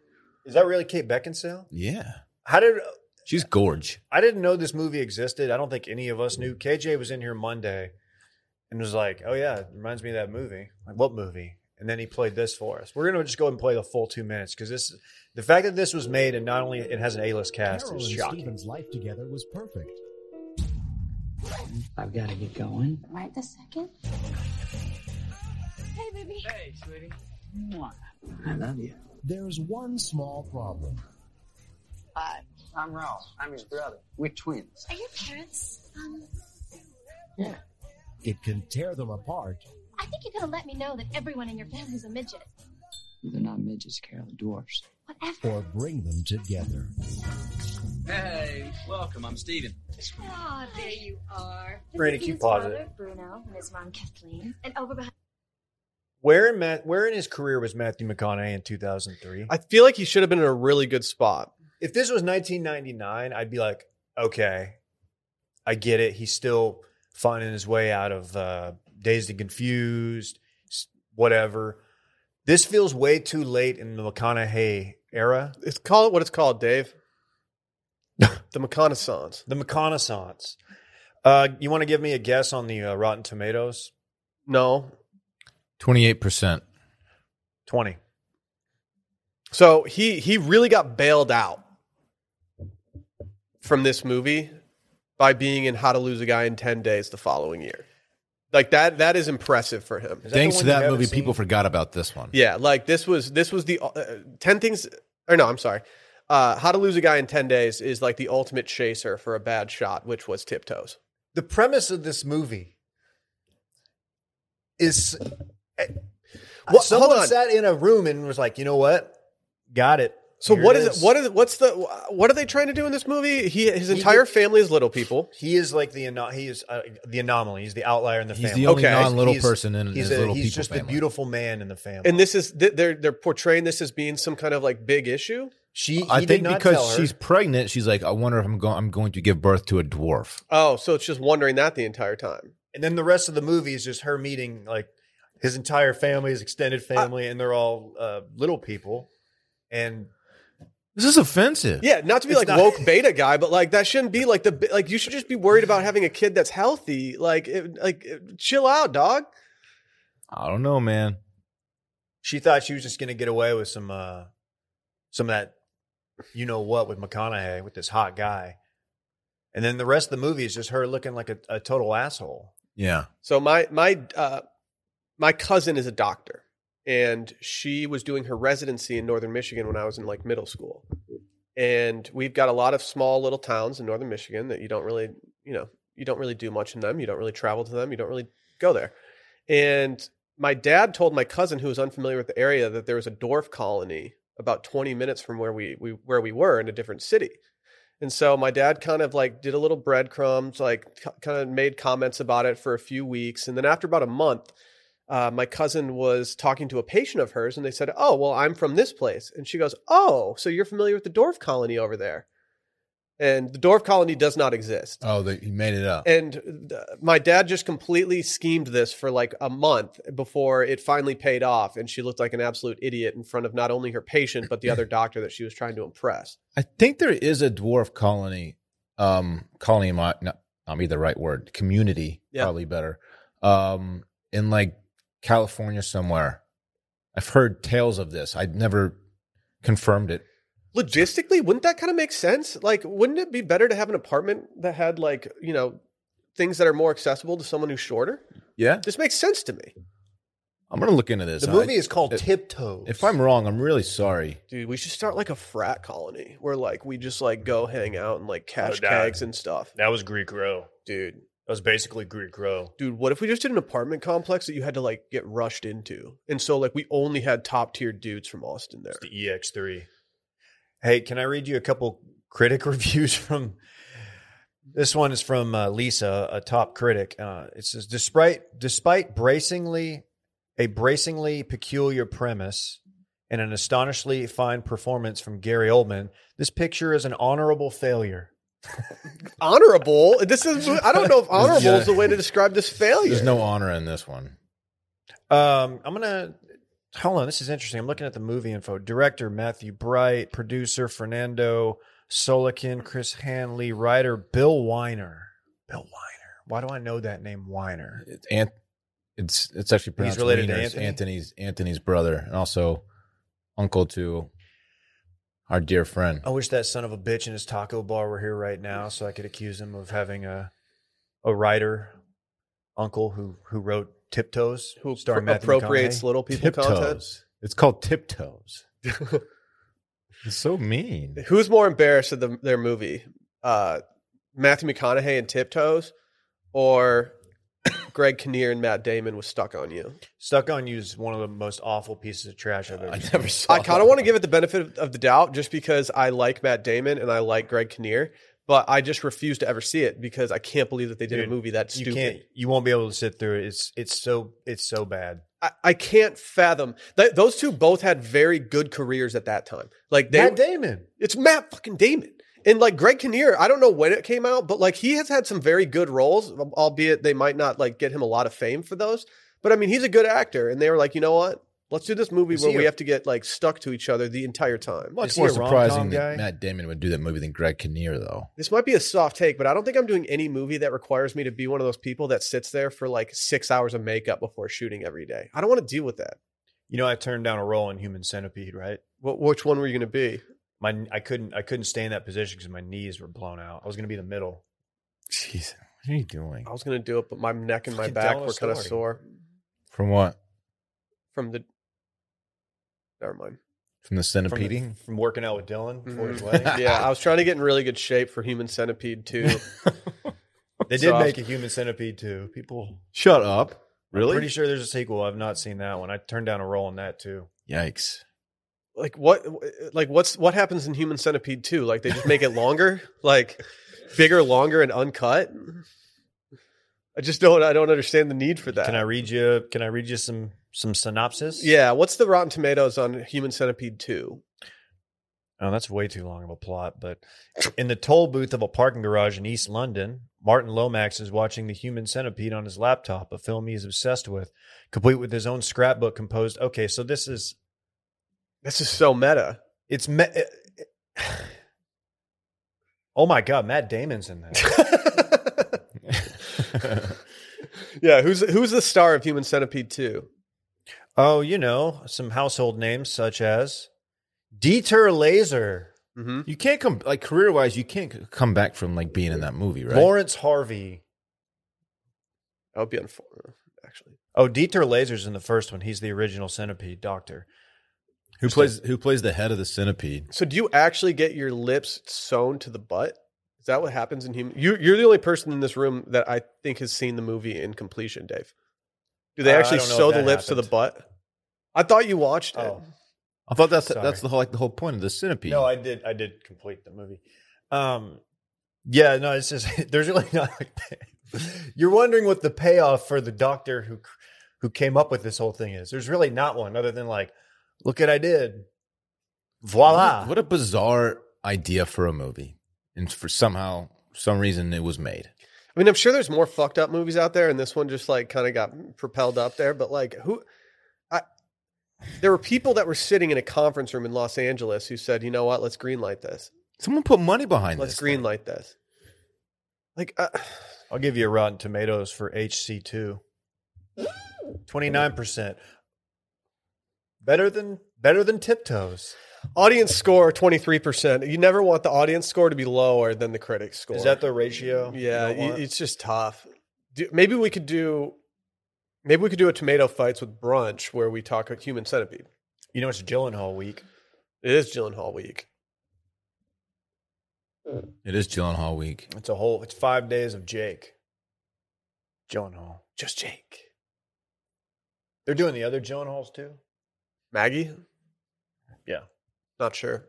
Is that really Kate Beckinsale?
Yeah.
How did
She's gorge.
I didn't know this movie existed. I don't think any of us knew. KJ was in here Monday and was like, "Oh yeah, it reminds me of that movie." Like, what movie? And then he played this for us. We're gonna just go ahead and play the full two minutes because this, the fact that this was made and not only it has an A-list cast
Carol
is
and
shocking.
Stephen's life together was perfect.
I've got to get going.
Right this second. Hey, baby.
I love you.
There's one small problem.
Hi, I'm Ralph. I'm his brother. We're twins.
Are your parents? Um,
Yeah.
It can tear them apart.
I think you could have let me know that everyone in your family's a midget.
They're not midgets, Carol. They're dwarfs.
Whatever.
or bring them together.
Hey, welcome. I'm Steven.
Ah, there you are.
Randy, keep pausing it.
Bruno and his mom Kathleen, and over behind.
Where in Matt, where in his career was Matthew McConaughey in 2003?
I feel like he should have been in a really good spot.
if this was 1999, I'd be like, okay, I get it. He's still finding his way out of uh, dazed and confused, s- whatever. This feels way too late in the McConaughey era.
It's call it what it's called, Dave. the McConaissance.
The McConaissance. Uh, you want to give me a guess on the uh, Rotten Tomatoes?
No.
28%.
20.
So he he really got bailed out from this movie by being in How to Lose a Guy in 10 Days the following year. Like that that is impressive for him.
Is the
Thanks
one
to
you
that
haven't
movie,
seen?
people forgot about this one.
Yeah, like this was this was the uh, ten things. Or no, I'm sorry. Uh, How to lose a guy in ten days is like the ultimate chaser for a bad shot, which was tiptoes.
the premise of this movie is
What- hold
someone
on.
sat in a room and was like, you know what? Got it.
So
Here
what is it?
is.
What is what's the what are they trying to do in this movie? He his
He
entire
did-
family is little people.
He is like the ano- he is uh, the anomaly. He's the outlier in the
He's
family.
the only
Okay.
non-little
He's-
person in
he's
his
a,
little
he's
people
just a
family.
beautiful man in the family.
And this is th- they're they're portraying this as being some kind of like big issue.
she,
I
he did
think
not tell
because
her.
she's pregnant, she's like, I wonder if I'm going. I'm going to give birth to a dwarf.
Oh, so it's just wondering that the entire time.
and then the rest of the movie is just her meeting like his entire family, his extended family, and they're all uh, little people. And
This is offensive.
Yeah, not to be
It's
like
not-
woke beta guy, but like that shouldn't be like the bi- like you should just be worried about having a kid that's healthy. Like it, like it- chill out, dog.
I don't know, man.
she thought she was just going to get away with some uh some of that you know what with McConaughey with this hot guy. And then the rest of the movie is just her looking like a, a total asshole.
Yeah,
So my my uh, my cousin is a doctor, and she was doing her residency in Northern Michigan when I was in like middle school. And we've got a lot of small little towns in Northern Michigan that you don't really, you know, you don't really do much in them. You don't really travel to them. You don't really go there. And my dad told my cousin, who was unfamiliar with the area, that there was a dwarf colony about 20 minutes from where we, we where we were in a different city. And so my dad kind of like did a little breadcrumbs, like k- kind of made comments about it for a few weeks. And then after about a month, uh, my cousin was talking to a patient of hers and they said, Oh, well, I'm from this place. And she goes, Oh, so you're familiar with the dwarf colony over there. And the dwarf colony does not exist.
Oh, they, he made it up.
And uh, my dad just completely schemed this for like a month before it finally paid off. And she looked like an absolute idiot in front of not only her patient, but the other doctor that she was trying to impress.
I think there is a dwarf colony, um, colony in my, no, um, either right word, community,
Yeah.
probably better, um, in like California somewhere. I've heard tales of this. I'd never confirmed it.
Logistically, wouldn't that kind of make sense? Like, wouldn't it be better to have an apartment that had like you know things that are more accessible to someone who's shorter?
Yeah,
This makes sense to me,
I'm gonna look into this.
The movie
I-
is called
if-
Tiptoe.
If I'm wrong, I'm really sorry.
dude. We should start like a frat colony where like we just like go hang out and like cash
doubt.
kegs and stuff,
that was Greek Row.
dude.
That was basically Greek Row.
Dude, what if we just did an apartment complex that you had to like get rushed into, and so like we only had top tier dudes from Austin there.
It's the EX3. Hey, can I read you a couple critic reviews from? This one is from uh, Lisa, a top critic. Uh, it says, despite despite bracingly a bracingly peculiar premise and an astonishingly fine performance from Gary Oldman, this picture is an honorable failure.
honorable. This is I don't know if honorable
Yeah.
is the way to describe this failure.
There's no honor in this one.
Um, I'm gonna hold on. This is interesting. I'm looking at the movie info. Director Matthew Bright, producer Fernando Solikin, Chris Hanley, writer Bill Weiner. Bill Weiner. Why do I know that name Weiner?
It's Ant- it's it's actually pronounced
related to
Wieners.
Anthony?
Anthony's Anthony's brother and also uncle to our dear friend.
I wish that son of a bitch in his taco bar were here right now, so I could accuse him of having a a writer uncle who who wrote Tiptoes,
who
starring
pro-
Matthew
appropriates
McConaughey.
little people content.
It's called tiptoes. It's so mean.
Who's more embarrassed of the, their movie, uh, Matthew McConaughey and Tiptoes, or Greg Kinnear and Matt Damon was stuck on you?
Stuck on You is one of the most awful pieces of trash I've ever.
I
seen.
never saw.
I kind of want to give it the benefit of- of the doubt just because I like Matt Damon and I like Greg Kinnear, but I just refuse to ever see it because I can't believe that they did
Dude,
a movie that
you
stupid.
can't you won't be able to sit through it it's it's so it's so bad
I, I can't fathom that those two both had very good careers at that time. Like they,
damon
it's Matt fucking Damon. And like Greg Kinnear, I don't know when it came out, but like he has had some very good roles, albeit they might not like get him a lot of fame for those. But I mean, he's a good actor, and they were like, you know what? Let's do this movie
Is
where
he
we
a-
have to get like stuck to each other the entire time.
Is
Much
he
more
a rom-com
surprising
guy?
that Matt Damon would do that movie than Greg Kinnear, though.
This might be a soft take, but I don't think I'm doing any movie that requires me to be one of those people that sits there for like six hours of makeup before shooting every day. I don't want to deal with that.
you know i turned down a role in human centipede right
What, which one were you going to be?
my i couldn't i couldn't stay in that position because my knees were blown out i was going to be the middle
Jeez, what are you doing?
Oh.
I was going to do it, but my neck and my
Fucking
back
tell
were
us
kind of
story.
sore
From what?
from the. Never mind.
From the
from, the-
centipeding?
from working out with dylan for his
Mhm.
wedding
yeah, I was trying to get in really good shape for Human Centipede too.
they did
Soft.
make a human centipede too people
Shut up!
pretty sure there's a sequel i've not seen that one i turned down a role in that too
Yikes!
like what? Like what's what happens in Human Centipede too? Like they just make it longer, like bigger, longer, and uncut. I just don't. I don't understand the need for that.
can i read you can i read you some some synopsis
yeah, what's the Rotten Tomatoes on Human Centipede two?
Oh, that's way too long of a plot. But in the toll booth of a parking garage in East London, Martin Lomax is watching The Human Centipede on his laptop, a film he is obsessed with, complete with his own scrapbook composed. Okay, so this is
This is so meta.
it's. Me- eh, oh my God, Matt Damon's in that.
yeah, who's who's the star of Human Centipede two?
oh, you know some household names such as Dieter Laser,
Mm-hmm.
You can't come like career wise. You can't c- come back from like being in that movie, right?
Lawrence Harvey.
That would be unfortunate, actually.
Oh, Dieter Laser's in the first one. He's the original Centipede Doctor.
who plays who plays the head of the centipede?
So do you actually get your lips sewn to the butt? Is that what happens in human? You, you're the only person in this room that I think has seen the movie in completion, Dave. Do they
Uh, I
actually
don't know
sew
if
the
that
lips to the butt? I thought you watched it.
Oh.
I thought that's
Sorry.
that's the whole like the whole point of the centipede.
No, I did. I did complete the movie. Um, yeah, no, it's just there's really not like you're wondering what the payoff for the doctor who who came up with this whole thing is. There's really not one other than like, look what I did. Voila.
What a, what a bizarre idea for a movie, and for somehow some reason it was made.
I mean, I'm sure there's more fucked up movies out there, and this one just like kind of got propelled up there. But like, who? I there were people that were sitting in a conference room in Los Angeles who said, "You know what? Let's greenlight this.
Someone put money behind
Let's
this.
greenlight this." Like, uh,
I'll give you a Rotten Tomatoes for HC2. 29%. Better than better than Tiptoes.
Audience score twenty three percent. You never want the audience score to be lower than the critic score.
Is that the ratio? you
yeah?
don't
y-
want?
it's just tough. Do, maybe we could do, maybe we could do a tomato fights with brunch where we talk a human centipede.
you know it's Gyllenhaal week.
It is Gyllenhaal week.
It is Gyllenhaal week.
It's a whole it's 5 days of Jake. Gyllenhaal.
Just Jake,
They're doing the other Gyllenhaals too?
Maggie.
Yeah.
not sure.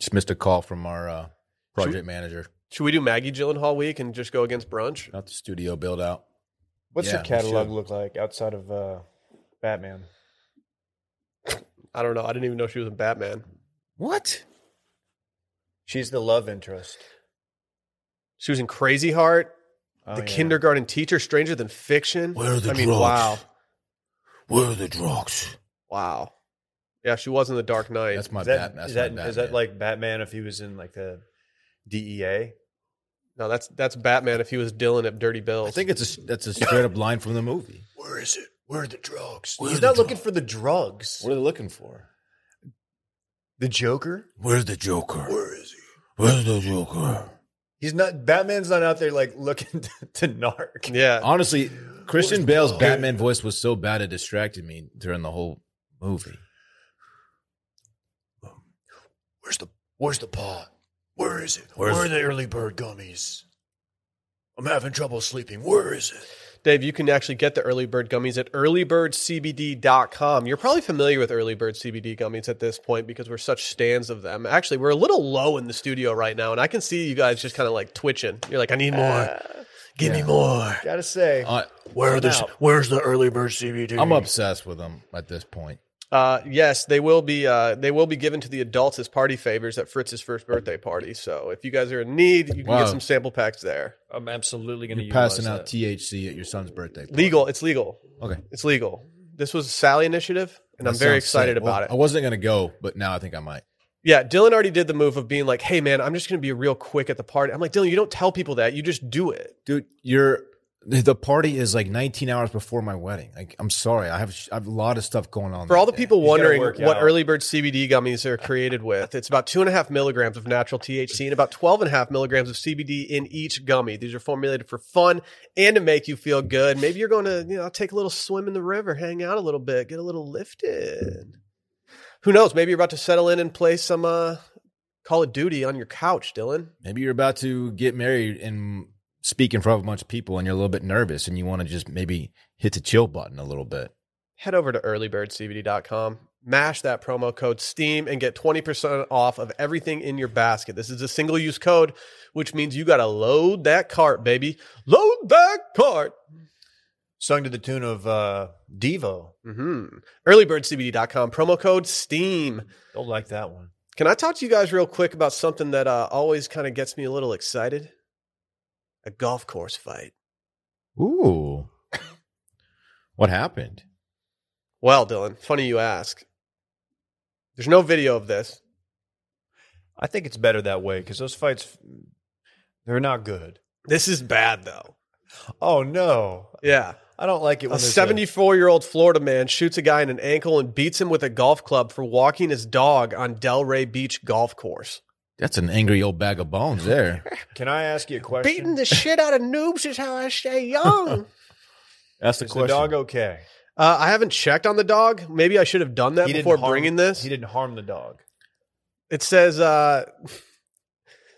Just missed a call from our uh, project
Should
manager.
Should we do Maggie Gyllenhaal week and just go against brunch?
Not the studio build out.
What's
Yeah,
their
we
catalog
should.
look like outside of uh, Batman?
I don't know. I didn't even know she was in Batman.
What?
She's the love interest.
She was in Crazy Heart,
Oh,
The
yeah.
Kindergarten Teacher, Stranger Than Fiction.
Where are the
I mean,
drugs?
wow,
Where are the drugs?
wow. Yeah, she was in The Dark Knight.
That's my
Is that,
Batman. That's
is,
my
that, is that
Batman.
like Batman if he was in like the E DEA?
no, that's that's Batman if he was Dylan at Dirty Bills.
I think it's a that's a straight up line from the movie.
Where is it? Where are the drugs?
Where
He's
are the
not looking
drugs?
for the drugs.
are they looking for?
The Joker?
Where's the Joker? Where is he? Where's the Joker?
He's not. Batman's not out there like looking to, to narc.
yeah,
Honestly, Christian Bale's
Dude.
Batman voice was so bad it distracted me during the whole movie.
Where's the Where's the pot? Where is it?
Where's- Where are
the early bird gummies? I'm having trouble sleeping. Where is it?
Dave, you can actually get the early bird gummies at earlybirdcbd.com. You're probably familiar with early bird CBD gummies at this point because we're such stands of them. Actually, we're a little low in the studio right now, and I can see you guys just kind of like twitching. You're like, I need more.
Uh.
Give me more.
Gotta say,
I,
where are the
Where's the early bird CBD?
I'm obsessed with him at this point.
Uh, yes, they will be. Uh, they will be given to the adults as party favors at Fritz's first birthday party. So if you guys are in need, you can
Wow.
get some sample packs there.
I'm absolutely gonna
You're passing out THC at your son's birthday. party.
Legal. It's legal.
Okay.
It's legal. This was a Sally initiative, and I'm
That
very
sounds
excited
sick. Well,
about
I
it.
wasn't gonna go, but now I think I might.
Yeah, Dylan already did the move of being like, "Hey, man, I'm just going to be real quick at the party." I'm like, Dylan, you don't tell people that. You just do it.
Dude, you're the party is like 19 hours before my wedding. Like, I'm sorry, I have I have a lot of stuff going on.
For all the
that day.
people
He's gotta
wondering
work
what
out.
early bird CBD gummies are created with, it's about two and a half milligrams of natural THC and about 12 and a half milligrams of CBD in each gummy. These are formulated for fun and to make you feel good. Maybe you're going to, you know, take a little swim in the river, hang out a little bit, get a little lifted. Who knows? Maybe you're about to settle in and play some uh, Call of Duty on your couch, Dylan.
Maybe you're about to get married and speak in front of a bunch of people, and you're a little bit nervous, and you want to just maybe hit the chill button a little bit.
head over to earlybirdcbd.com, mash that promo code STEAM, and get 20% off of everything in your basket. This is a single use code, which means you got to load that cart, baby. Load that cart.
sung to the tune of uh, Devo.
Mm-hmm. Earlybirdcbd.com, promo code STEAM.
Don't like that one.
Can I talk to you guys real quick about something that uh, always kind of gets me a little excited? A golf course fight.
Ooh, what happened?
Well, Dylan, funny you ask. There's no video of this.
I think it's better that way because those fights, they're not good.
This is bad, though.
Oh no,
Yeah.
I don't like it.
A
When there's
74 year old Florida man shoots a guy in an ankle and beats him with a golf club for walking his dog on Delray Beach golf course.
That's an angry old bag of bones there.
Can I ask you a question?
the shit out of noobs is how I stay young.
That's the
Is the
question.
dog okay?
uh, I haven't checked on the dog. Maybe I should have done that
He didn't
before
harm-
bringing this.
He didn't harm the dog.
It says, uh, it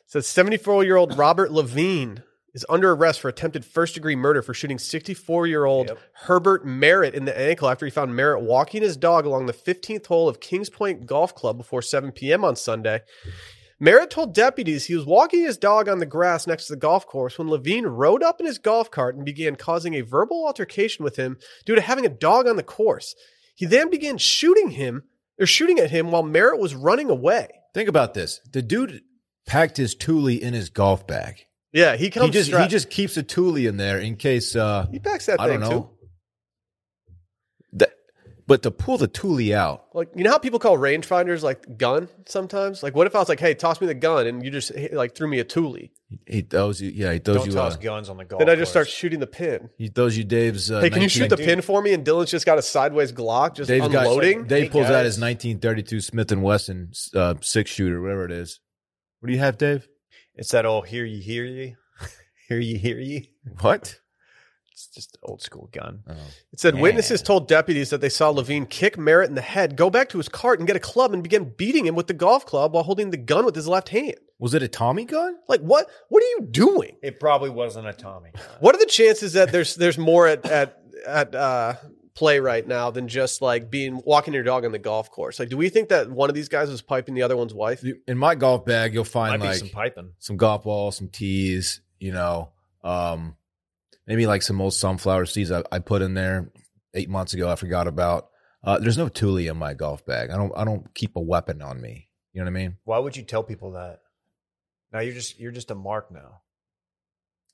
says 74 year old Robert Levine is under arrest for attempted first degree murder for shooting 64 year old
Yep.
Herbert Merritt in the ankle after he found Merritt walking his dog along the 15th hole of Kings Point Golf Club before 7 p.m. on Sunday. Merritt told deputies he was walking his dog on the grass next to the golf course when Levine rode up in his golf cart and began causing a verbal altercation with him due to having a dog on the course. He then began shooting him or shooting at him while Merritt was running away.
Think about this. The dude packed his Thule in his golf bag.
Yeah, he comes.
he just he
strapped-
just keeps a Thule in there in case uh
he backs that
I
thing
don't know.
too.
That But to pull the Thule out,
Like you know how people call rangefinders like gun sometimes. Like what if I was like, hey, toss me the gun, and you just hit- like threw me a Thule,
he throws you. Yeah, he throws
Don't
you.
toss
uh,
guns on the golf.
then I just start
course.
shooting the pin.
he throws you Dave's. Uh,
hey, can you
19
shoot the
dude.
pin for me? And Dylan's just got a sideways Glock, just
Dave's got-
unloading.
Dave
Hey,
pulls out
guys.
his 1932 Smith and Wesson uh, six shooter, whatever it is. What do you have, Dave?
It's that old "hear ye, hear ye, hear ye, hear ye."
What?
It's just an old school gun.
Oh.
It said
Yeah.
witnesses told deputies that they saw Levine kick Merritt in the head, go back to his cart, and get a club and begin beating him with the golf club while holding the gun with his left hand.
Was it a Tommy gun?
Like what? What are you doing?
It probably wasn't a Tommy.
What are the chances that there's there's more at at at uh, play right now than just like being walking your dog on the golf course? Like, do we think that one of these guys was piping the other one's wife?
You- In my golf bag, you'll
Might
find
be
like
some piping.
some golf balls, some tees, you know, um, maybe like some old sunflower seeds I, I put in there eight months ago. I forgot about. Uh, there's no Thule in my golf bag. I don't. I don't keep a weapon on me. You know what I mean?
Why would you tell people that? Now you're just you're just a mark now.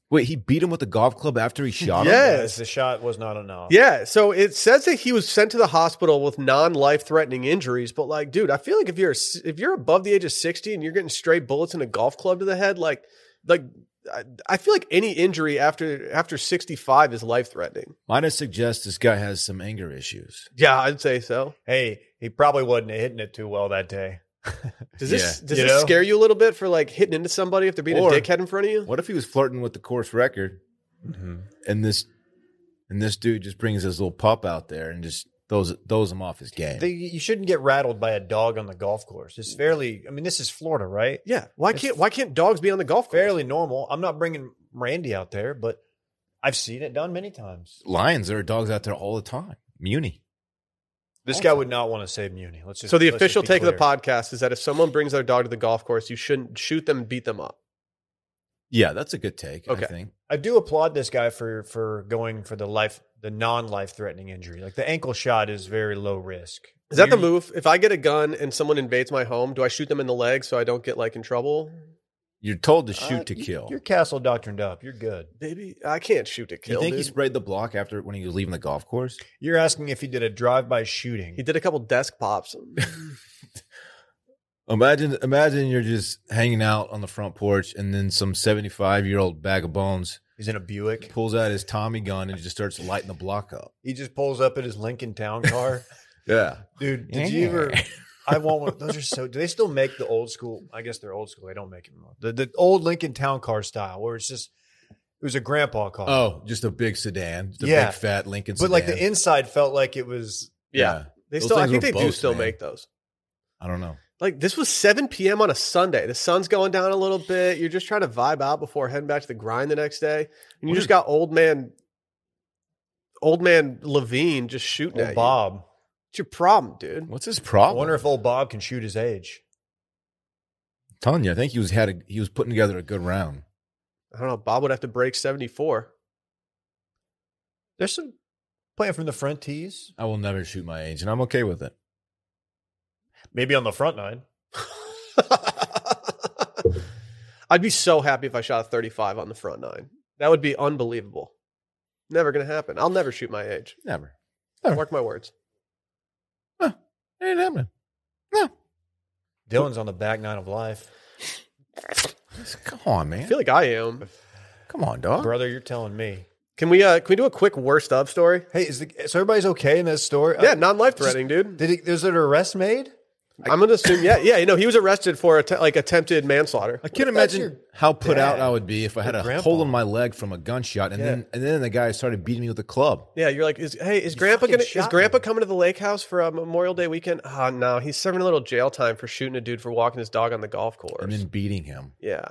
Wait, he beat him with a golf club after he shot him.
Yeah.
Yes,
Yes.
the shot was not enough.
Yeah, so it says that he was sent to the hospital with non-life-threatening injuries, but like, dude, I feel like if you're s- if you're above the age of sixty and you're getting stray bullets and a golf club to the head, like, like I, I feel like any injury after after sixty-five is life-threatening.
Might I suggest this guy has some anger issues?
Yeah, I'd say so.
Hey, he probably wasn't hitting it too well that day.
Does this
Yeah.
does
You
this
know?
scare you a little bit for like hitting into somebody if they're being
Or-
a dickhead in front of you?
What if he was flirting with the course record
Mm-hmm.
and this and this dude just brings his little pup out there and just throws throws him off his game?
They- you shouldn't get rattled by a dog on the golf course. It's fairly. I mean, this is Florida, right?
Yeah, why
It's-
can't why can't dogs be on the golf course?
Fairly normal. I'm not bringing Randy out there, but I've seen it done many times.
Lions, there are dogs out there all the time. Muni.
This guy would not want to save Muni. Let's just
So the
let's just
official
be
take of the
clear.
podcast is that if someone brings their dog to the golf course, you shouldn't shoot them and beat them up.
Yeah, that's a good take.
Okay.
I think.
I do applaud this guy for for going for the life the non life threatening injury. Like the ankle shot is very low risk.
Is that the
You're-
move? If I get a gun and someone invades my home, do I shoot them in the leg so I don't get like in trouble?
You're told to
uh,
shoot to
you-
kill.
You're castle doctrined up. You're good.
Baby, I can't shoot to
Do you
kill.
think he
dude.
sprayed the block after when he was leaving the golf course?
You're asking if he did a drive by shooting.
He did a couple desk pops.
Imagine, imagine you're just hanging out on the front porch, and then some 75 year old bag of bones
He's in a Buick.
pulls out his Tommy gun and just starts lighting the block up.
He just pulls up in his Lincoln Town car.
Yeah,
Dude, did you ever? I want one. Those are so. Do they still make the old school? I guess they're old school. They don't make it anymore. The the old Lincoln Town Car style, where it's just it was a grandpa car.
Oh, just a big sedan, the
Yeah.
big fat Lincoln.
but like the
sedan.
inside felt like it was.
yeah. They
Those
still I
things
think
were
they do
boats,
still
man.
make those.
I don't know.
Like this was 7 p.m. on a Sunday. The sun's going down a little bit. You're just trying to vibe out before heading back to the grind the next day. And you
What
just
is-
got old man old man Levine just shooting at
Old
you.
Bob.
What's your problem, dude?
What's his
I
problem?
wonder if old Bob can shoot his age.
telling you, I think he was had a, he was putting together a good round.
I don't know. Bob would have to break 74.
There's some playing from the front tees,
I will never shoot my age, and I'm okay with it.
maybe on the front nine.
I'd be so happy if I shot a 35 on the front nine. That would be unbelievable. Never going to happen. I'll never shoot my age.
Never.
Mark my words.
It ain't happening.
Dylan's on the back nine of life.
Come on,
I
man.
feel like I am.
Come on, dog.
Brother, you're telling me.
Can we uh can we do a quick worst of story?
Hey, is the, so everybody's okay in this story?
Yeah,
Uh,
non-life threatening, dude.
Did he, is there an arrest made?
I'm going to assume yeah, yeah, you know, he was arrested for att- like attempted manslaughter.
I can't
That's
imagine
your
how put
dad.
out I would be if I had
Your
a
grandpa.
hole in my leg from a gunshot, and
Yeah.
then and then the guy started beating me with a club.
Yeah, you're like, is, hey, is grandpa
fucking
gonna
shot
is
me.
grandpa coming to the lake house for uh, Memorial Day weekend? Ah, no, he's serving a little jail time for shooting a dude for walking his dog on the golf course.
And then beating him
yeah,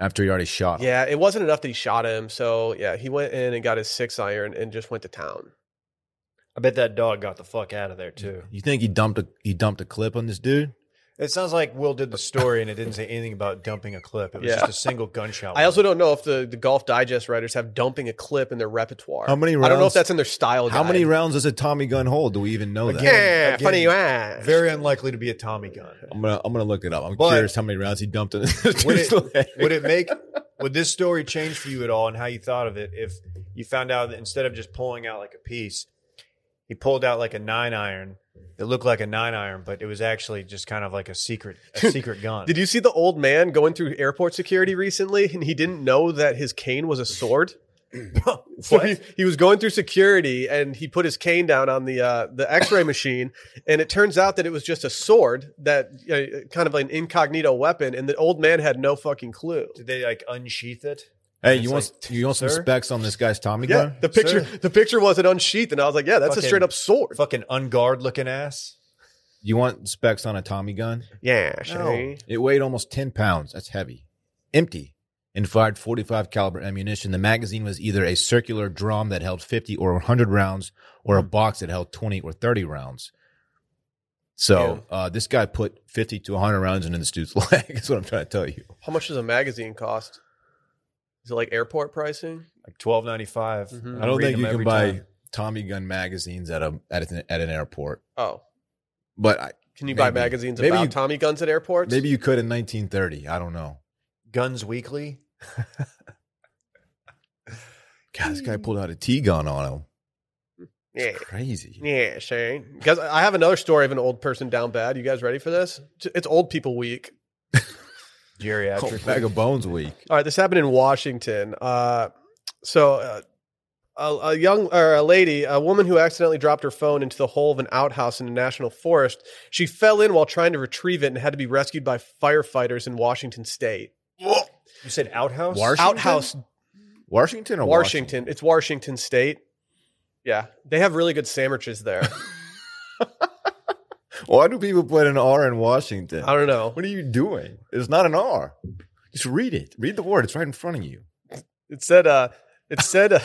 after he already shot. Him.
Yeah, it wasn't enough that he shot him. So yeah, he went in and got his six iron and just went to town.
I bet that dog got the fuck out of there too.
You think he dumped a he dumped a clip on this dude?
It sounds like Will did the story and it didn't say anything about dumping a clip. It was
Yeah.
just a single gunshot.
I also don't know if the, the Golf Digest writers have dumping a clip in their repertoire.
How many
I don't know if
rounds-
that's in their style.
How many
guide.
rounds does a Tommy gun hold? Do we even know that?
Yeah,
Again.
funny you ask.
Very unlikely to be a Tommy gun.
I'm gonna I'm gonna look it up. I'm
But-
curious how many rounds he dumped in this
Would
dude's
it,
leg.
would it make would this story change for you at all and how you thought of it if you found out that instead of just pulling out like a piece, He pulled out like a nine iron. It looked like a nine iron, but it was actually just kind of like a secret, a secret gun.
Did you see the old man going through airport security recently and he didn't know that his cane was a sword? so he, he was going through security and he put his cane down on the uh, the x-ray machine and it turns out that it was just a sword that uh, kind of an incognito weapon and the old man had no fucking clue.
Did they like unsheath it?
Hey,
It's
you want
like,
you want some
sir?
specs on this guy's Tommy
Yeah,
gun?
the picture
sir.
the picture wasn't unsheathed and I was like, yeah, that's a
Fucking-
straight up sword.
Fucking unguard looking ass.
You want specs on a Tommy gun?
Yeah,
Shay.
It weighed almost 10 pounds. That's heavy. Empty. And fired 45 caliber ammunition. The magazine was either a circular drum that held 50 or 100 rounds or a box that held 20 or 30 rounds. So uh, this guy put 50 to 100 rounds into this dude's leg. That's what I'm trying to tell you.
How much does a magazine cost? Is it like airport pricing?
Like twelve ninety five.
Mhm.
I don't think you can buy Tommy gun magazines at a at an, at an airport.
Oh,
But I,
can you buy
Maybe.
magazines
Maybe
about
you-
Tommy guns at airports?
maybe you could in 1930. I don't know.
Guns Weekly.
God, this guy pulled out a T gun on him.
Yeah.
Crazy.
Yeah, Shane. Because I have another story of an old person down bad. You guys ready for this? It's old people week. Oh,
Geriatric.
Bag of bones week.
All right, this happened in Washington. Uh, so, uh, a, a young or a lady, a woman who accidentally dropped her phone into the hole of an outhouse in a national forest, she fell in while trying to retrieve it and had to be rescued by firefighters in Washington State.
you said outhouse?
Wash-
Outhouse,
Oh, Washington or
Washington. It's Washington State. Yeah, they have really good sandwiches there.
Why do people put an R in Washington?
I don't know.
What are you doing? It's not an R. Just read it. Read the word. It's right in front of you.
It said, uh, it said, uh,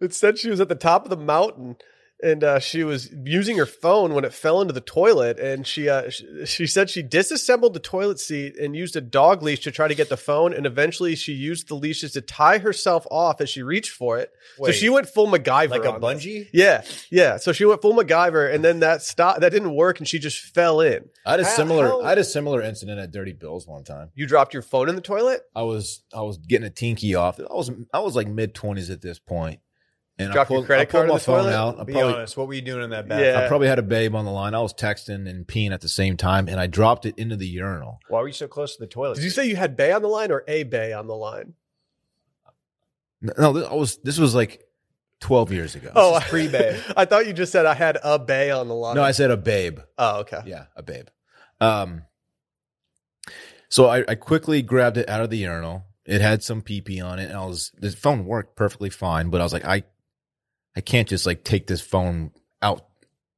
it said she was at the top of the mountain and uh, she was using her phone when it fell into the toilet. And she, uh, she, she said she disassembled the toilet seat and used a dog leash to try to get the phone. And eventually she used the leashes to tie herself off as she reached for it.
Wait,
so she went full MacGyver.
like a
on this.
bungee?
Yeah, yeah. So she went full MacGyver, and then that stopped. That didn't work, and she just fell in.
I had a
How-
similar.
how-
I had a similar incident at Dirty Bills one time.
You dropped your phone in the toilet.
I was I was getting a tinky off. I was I was like mid twenties at this point, and
Drop
I
your
pulled,
credit
I pulled
card in
my
the
phone
toilet?
out. I
Be
probably
honest. What were you doing in that
Yeah.
bathroom?
I probably had a babe on the line. I was texting and peeing at the same time, and I dropped it into the urinal.
Why were you so close to the toilet?
Did you say you had Bay on the line or a Bay on the line?
No, this, I was. This was like twelve years ago.
Oh,
is pre-Bay.
I thought you just said I had a bay on the line.
no, I said a babe.
oh, okay.
yeah, a babe. Um, so I, I quickly grabbed it out of the urinal. It had some pee pee on it, and I was the phone worked perfectly fine, but I was like, I, I can't just like take this phone out,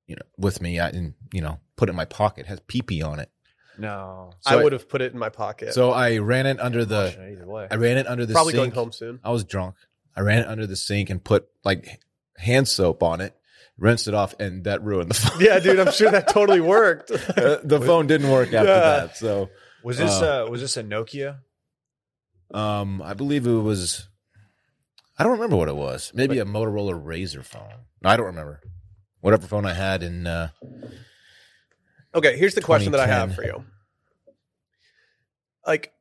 you know, with me I, and you know put it in my pocket. It has pee pee on it,
No.
I would have put it in my pocket.
so I ran it under
Uh,
the,
Either way.
I ran it under the
probably
sink.
going home soon.
I was drunk. I ran it under the sink and put like hand soap on it, rinsed it off, and that ruined the phone.
Yeah, dude, I'm sure that totally worked.
the phone didn't work after
Yeah.
that, so.
Was this uh, was this a Nokia?
Um, I believe it was. I don't remember what it was. Maybe a Motorola Razor phone. No, I don't remember. Whatever phone I had, and uh,
Okay, here's the question that I have for
2010.
you. Like,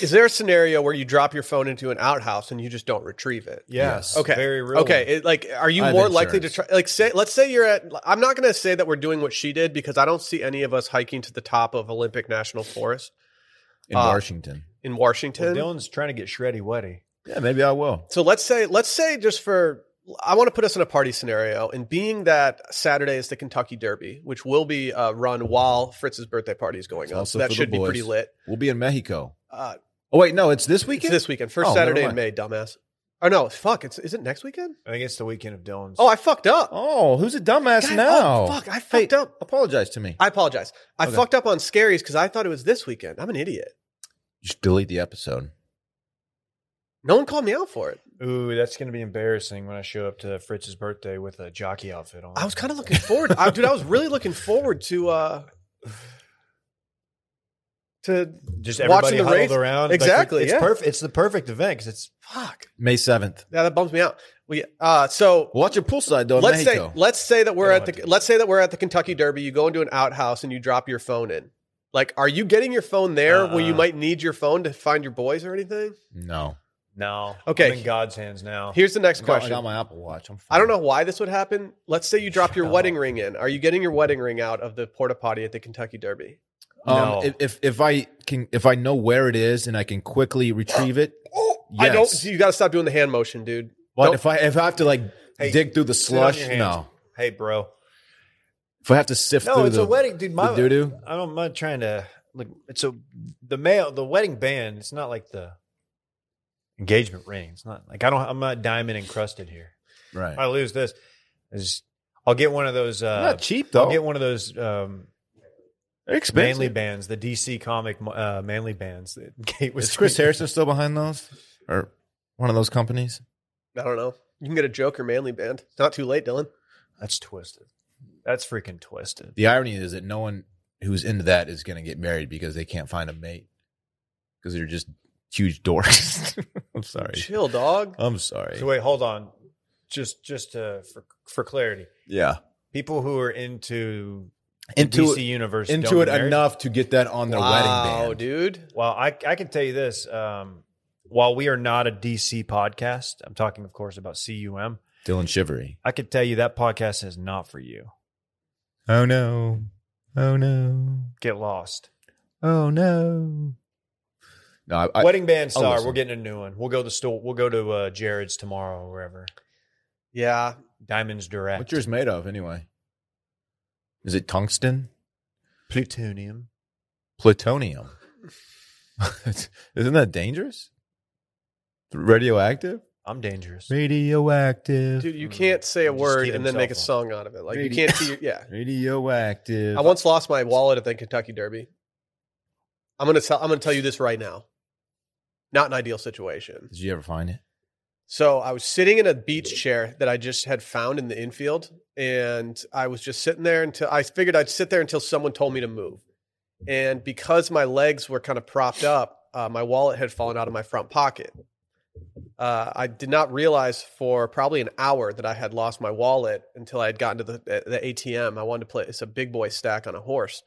is there a scenario where you drop your phone into an outhouse and you just don't retrieve it?
Yes.
Okay.
Very real.
Okay, it, like, are you
I have
more likely to try?
insurance.
Like, say, let's say you're at. I'm not going to say that we're doing what she did because I don't see any of us hiking to the top of Olympic National Forest
in
Uh,
Washington.
in
Well,
Washington.
Dylan's trying to get shreddy wetty.
Yeah, maybe I will.
So let's say, let's say just for, I want to put us in a party scenario. And being that Saturday is the Kentucky Derby, which will be uh, run while Fritz's birthday party is going
It's
on,
also
so that
for the
should be
boys.
pretty lit.
We'll be in Mexico.
Uh,
Oh wait, no, it's this
it's
weekend.
this weekend, first
Oh, never
Saturday in
mind.
May, dumbass. Or no, fuck, it's is it next weekend?
I think it's the weekend of Dylan's.
Oh, I fucked up.
Oh, who's a dumbass
God,
now?
oh, fuck, I
Hey,
fucked up.
Apologize to me.
I apologize. I
Okay.
fucked up on scaries because I thought it was this weekend. I'm an idiot.
Just delete the episode.
No one called me out for it.
Ooh, that's going to be embarrassing when I show up to Fritz's birthday with a jockey outfit on.
I was kind of looking forward, I, dude. I was really looking forward to uh to
just
watching
everybody
the
huddled
race.
around. Like,
Exactly,
it's
yeah.
perfect. It's the perfect event because it's
fuck.
May seventh.
Yeah, that bums me out. We uh, so
Watch it poolside though. in
let's
Mexico.
say let's say that we're
Yeah,
at the let's say that we're at the Kentucky Derby. You go into an outhouse and you drop your phone in. Like, are you getting your phone there when you
Uh-uh.
might need your phone to find your boys or anything?
no.
No.
Okay.
I'm in God's hands now.
Here's the next
Oh, I got- I
question.
got my Apple Watch. I'm
I don't
fine.
know why this would happen. Let's say you drop your
Shut
wedding
up.
ring in. Are you getting your wedding ring out of the porta potty at the Kentucky Derby?
No.
Um, if, if if I can if I know where it is and I can quickly retrieve it,
I don't.
Oh, yes.
You got to stop doing the hand motion, dude.
But
Don't-
if I if I have to like
Hey,
dig through the
sit on
slush,
your hands.
no.
Hey, bro.
If I have to sift
No,
through
it's
the,
a wedding, dude. My
the doo-doo,
I don't, I'm not trying to look. It's a the mail, the wedding band. It's not like the engagement ring. It's not like I don't. I'm not diamond encrusted here.
right?
If I lose this. Is I'll get one of those. Uh,
not cheap
I'll
though.
get one of those um,
They're expensive.
manly bands, the DC comic uh, manly bands. That Kate was
Is Chris Harrison still behind those or one of those companies?
I don't know. You can get a Joker manly band. It's not too late, Dylan.
That's twisted. That's freaking twisted.
The irony is that no one who's into that is going to get married because they can't find a mate because they're just huge dorks. I'm sorry.
Chill, dog.
I'm sorry.
So wait, hold on. Just just to, for for clarity,
yeah,
people who are into
into
DC universe don't
into
get
it
married?
enough to get that on their
wow,
wedding band.
dude.
Well, I I can tell you this. Um, while we are not a DC podcast, I'm talking, of course, about CUM.
Dylan Shivery.
I could tell you that podcast is not for you.
Oh no. Oh no.
Get lost.
Oh no. No, I, I,
Wedding band
I'll
star.
listen.
We're getting a new one. We'll go to store. We'll go to uh, Jared's tomorrow or wherever.
Yeah.
Diamonds Direct.
what's yours made of anyway? Is it tungsten?
Plutonium.
Plutonium. Isn't that dangerous? Radioactive?
I'm dangerous.
Radioactive.
Dude, you can't say a
Just
word
get
and then make a
himself
song out of it. Like you
Maybe.
can't. Be, yeah.
Radioactive.
I once lost my wallet at the Kentucky Derby. I'm gonna tell. I'm gonna tell you this right now. Not an ideal situation.
Did you ever find it?
So I was sitting in a beach chair that I just had found in the infield, and I was just sitting there until I figured I'd sit there until someone told me to move. And because my legs were kind of propped up, uh, my wallet had fallen out of my front pocket. Uh, I did not realize for probably an hour that I had lost my wallet until I had gotten to the, the ATM. I wanted to play it's a big boy stack on a horse.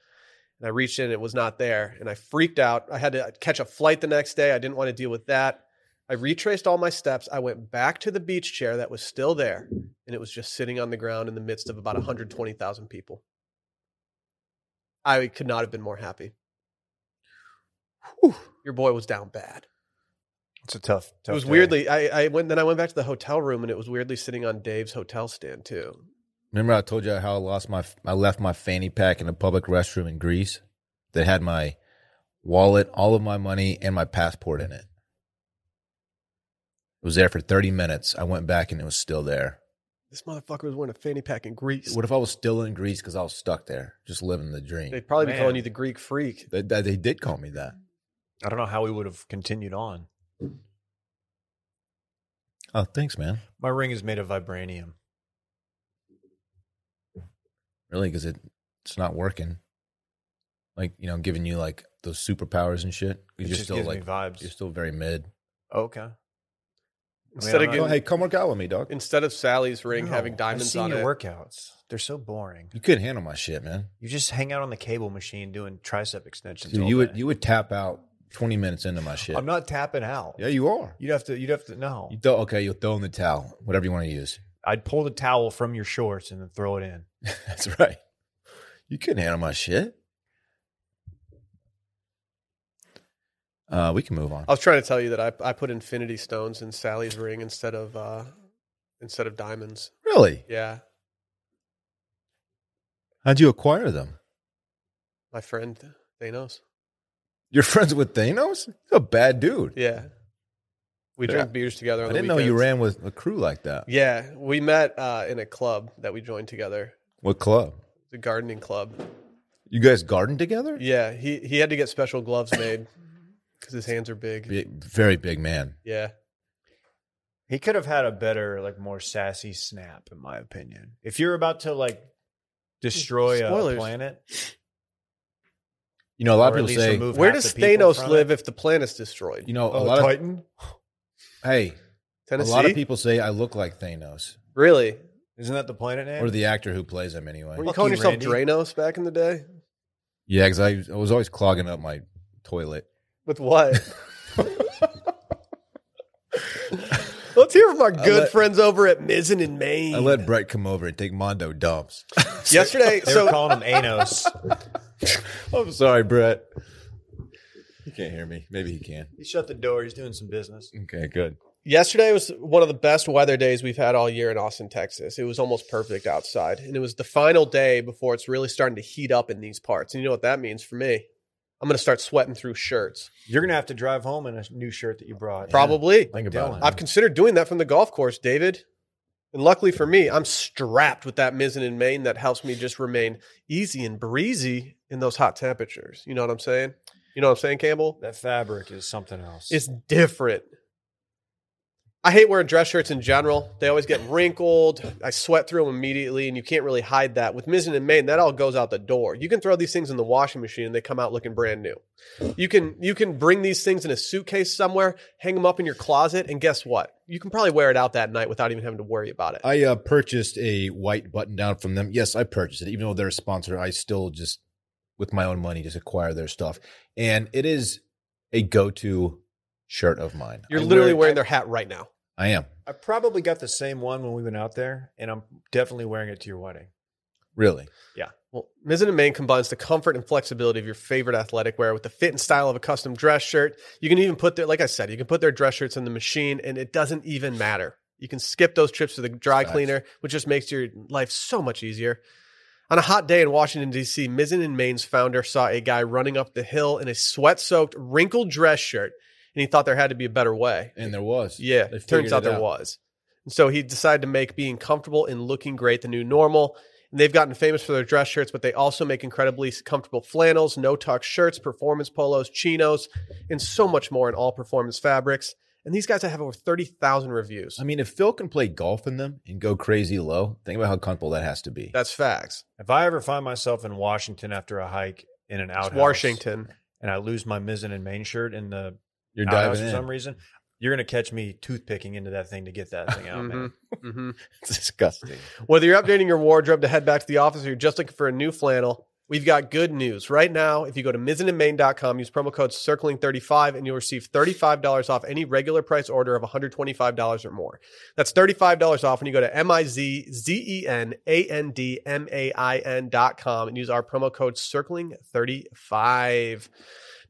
And I reached in, it was not there. And I freaked out. I had to catch a flight the next day. I didn't want to deal with that. I retraced all my steps. I went back to the beach chair that was still there, and it was just sitting on the ground in the midst of about 120,000 people. I could not have been more happy. Your boy was down bad.
It's a tough. tough
it was
day.
weirdly. I, I went then I went back to the hotel room, and it was weirdly sitting on Dave's hotel stand too.
Remember I told you how I lost my I left my fanny pack in a public restroom in Greece that had my wallet, all of my money, and my passport in it. It was there for 30 minutes. I went back and it was still there.
This motherfucker was wearing a fanny pack in Greece.
What if I was still in Greece because I was stuck there, just living the dream?
They'd probably be
Man.
calling you the Greek freak.
They, they, they did call me that.
I don't know how we would have continued on.
Oh, thanks, man.
My ring is made of vibranium.
Really, because it it's not working. Like you know, giving you like those superpowers and shit.
It
You're
just
still
gives
like
me vibes.
you're still very mid. Oh,
okay.
Instead
I'm
of
not-
getting-
hey, come work out with me, dog.
Instead of Sally's ring
No,
having
I've
diamonds
seen
on
your
it,
workouts. They're so boring.
You couldn't handle my shit, man.
You just hang out on the cable machine doing tricep extensions.
Dude,
all
you would
day.
you would tap out twenty minutes into my shit.
I'm not tapping out.
yeah, you are.
You'd have to. You'd have to. No,
You throw okay, you'll throw in the towel, whatever you want to use.
I'd pull the towel from your shorts and then throw it in.
That's right. You couldn't handle my shit. Uh, we can move on.
Oh.
I was trying to tell you that I, I put infinity stones in Sally's ring instead of uh, instead of diamonds.
Really?
Yeah,
How'd you acquire them?
my friend Thanos.
You're friends with Thanos? He's a bad dude.
Yeah, we
Yeah.
drank beers together.
I
On
didn't
the
know you
weekends.
ran with a crew like that.
Yeah, we met uh, in a club that we joined together,
What club?
the gardening club.
You guys garden together?
Yeah, he he had to get special gloves made because his hands are big.
Big- very big man.
Yeah,
He could have had a better, like, more sassy snap, in my opinion. If you're about to like destroy
Spoilers.
a planet,
You know, a lot
or
of
at
people
least
say,
remove
where
half
does
the people
Thanos
from
live
it.
if the planet's destroyed?
you know, a
Oh, the
lot of
Titan
hey,
Tennessee,
a lot of people say I look like Thanos
really?
isn't that the planet name?
or the actor who plays him anyway.
Were you
Fuck
calling
you,
yourself
Randy.
Dranos back in the day?
Yeah, because I, I was always clogging up my toilet.
With what? Let's hear from our good
let-
friends over at Mizzen and Maine.
I let Brett come over and take Mondo dumps.
Yesterday,
They were
so
calling him Anos.
I'm sorry, Brett. He can't hear me. Maybe he can.
he shut the door. He's doing some business.
Okay, good.
yesterday was one of the best weather days we've had all year in Austin, Texas. It was almost perfect outside, and it was the final day before it's really starting to heat up in these parts. And you know what that means for me? I'm going to start sweating through shirts.
You're gonna have to drive home in a new shirt that you brought.
Probably.
Think about
Dylan.
it.
I've considered doing that from the golf course, David. And luckily for me, I'm strapped with that mizzen in Maine that helps me just remain easy and breezy in those hot temperatures. You know what I'm saying? You know what I'm saying, Campbell?
That fabric is something else.
It's different. I hate wearing dress shirts in general. They always get wrinkled. I sweat through them immediately, and you can't really hide that. With Mizzen and Maine, that all goes out the door. You can throw these things in the washing machine, and they come out looking brand new. You can you can bring these things in a suitcase somewhere, hang them up in your closet, and guess what? You can probably wear it out that night without even having to worry about it.
I uh, purchased a white button down from them. Yes, I purchased it. Even though they're a sponsor, I still just, with my own money, just acquire their stuff. And it is a go to shirt of mine.
You're
I
literally
wear
wearing their hat right now.
it- I am.
I probably got the same one when we went out there, and I'm definitely wearing it to your wedding.
Really.
Well, Mizzen and Main combines the comfort and flexibility of your favorite athletic wear with the fit and style of a custom dress shirt. You can even put their, like I said, you can put their dress shirts in the machine and it doesn't even matter. You can skip those trips to the dry
Facts.
cleaner, which just makes your life so much easier. On a hot day in Washington, D.C., Mizzen and Main's founder saw a guy running up the hill in a sweat soaked, wrinkled dress shirt, and he thought there had to be a better way.
And there was.
Yeah,
They
turns
figured
out
it
there was. And so he decided to make being comfortable and looking great the new normal. And they've gotten famous for their dress shirts, but they also make incredibly comfortable flannels, no tuck shirts, performance polos, chinos, and so much more in all performance fabrics. And these guys have over 30,000 reviews.
I mean, if Phil can play golf in them and go crazy low, think about how comfortable that has to be.
That's facts.
If I ever find myself in Washington after a hike in an
It's
outhouse,
Washington.
and I lose my mizzen and main shirt in the
You're
outhouse
diving
for
in.
some reason, you're gonna catch me toothpicking into that thing to get that thing out,
Mm-hmm.
man.
Mhm, mhm.
It's disgusting.
Whether you're updating your wardrobe to head back to the office or you're just looking for a new flannel, we've got good news. Right now, if you go to mizzenandmain.com, use promo code circling35 and you'll receive $35 off any regular price order of $125 or more. That's $35 off when you go to M I Z Z E N A N D M A I N.com and use our promo code circling35.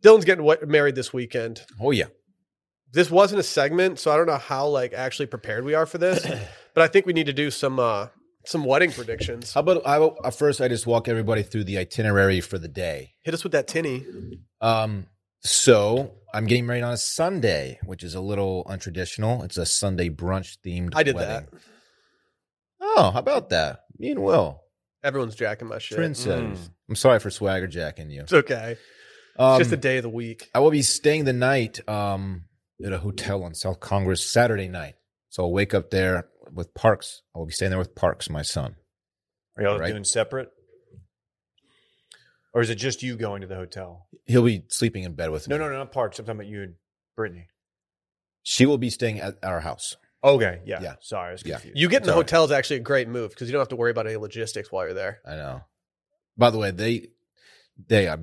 Dylan's getting wa- married this weekend
Oh, yeah.
this wasn't a segment, so I don't know how like actually prepared we are for this, but I think we need to do some uh some wedding predictions.
How about I, uh, first I just walk everybody through the itinerary for the day.
Hit us with that tinny.
Um, so I'm getting married on a Sunday, which is a little untraditional. It's a Sunday brunch themed.
I did
wedding.
that.
Oh, how about that? Me and Will,
Everyone's jacking my shit.
princess.
Mm.
I'm sorry for swagger jacking you.
It's okay.
Um,
it's just a day of the week.
I will be staying the night um, at a hotel on South Congress Saturday night. So I'll wake up there with Parks. I will be staying there with Parks, my son.
Are y'all all
Right.
doing separate, or is it just you going to the hotel?
He'll be sleeping in bed with
No,
me.
no, no, not Parks. I'm talking about you and Brittany.
She will be staying at our house.
Okay, yeah,
Yeah.
Sorry, I was
Yeah.
confused.
You getting the
Sorry.
hotel is actually a great move because you don't have to worry about any logistics while you're there.
I know. By the way, they, they, uh,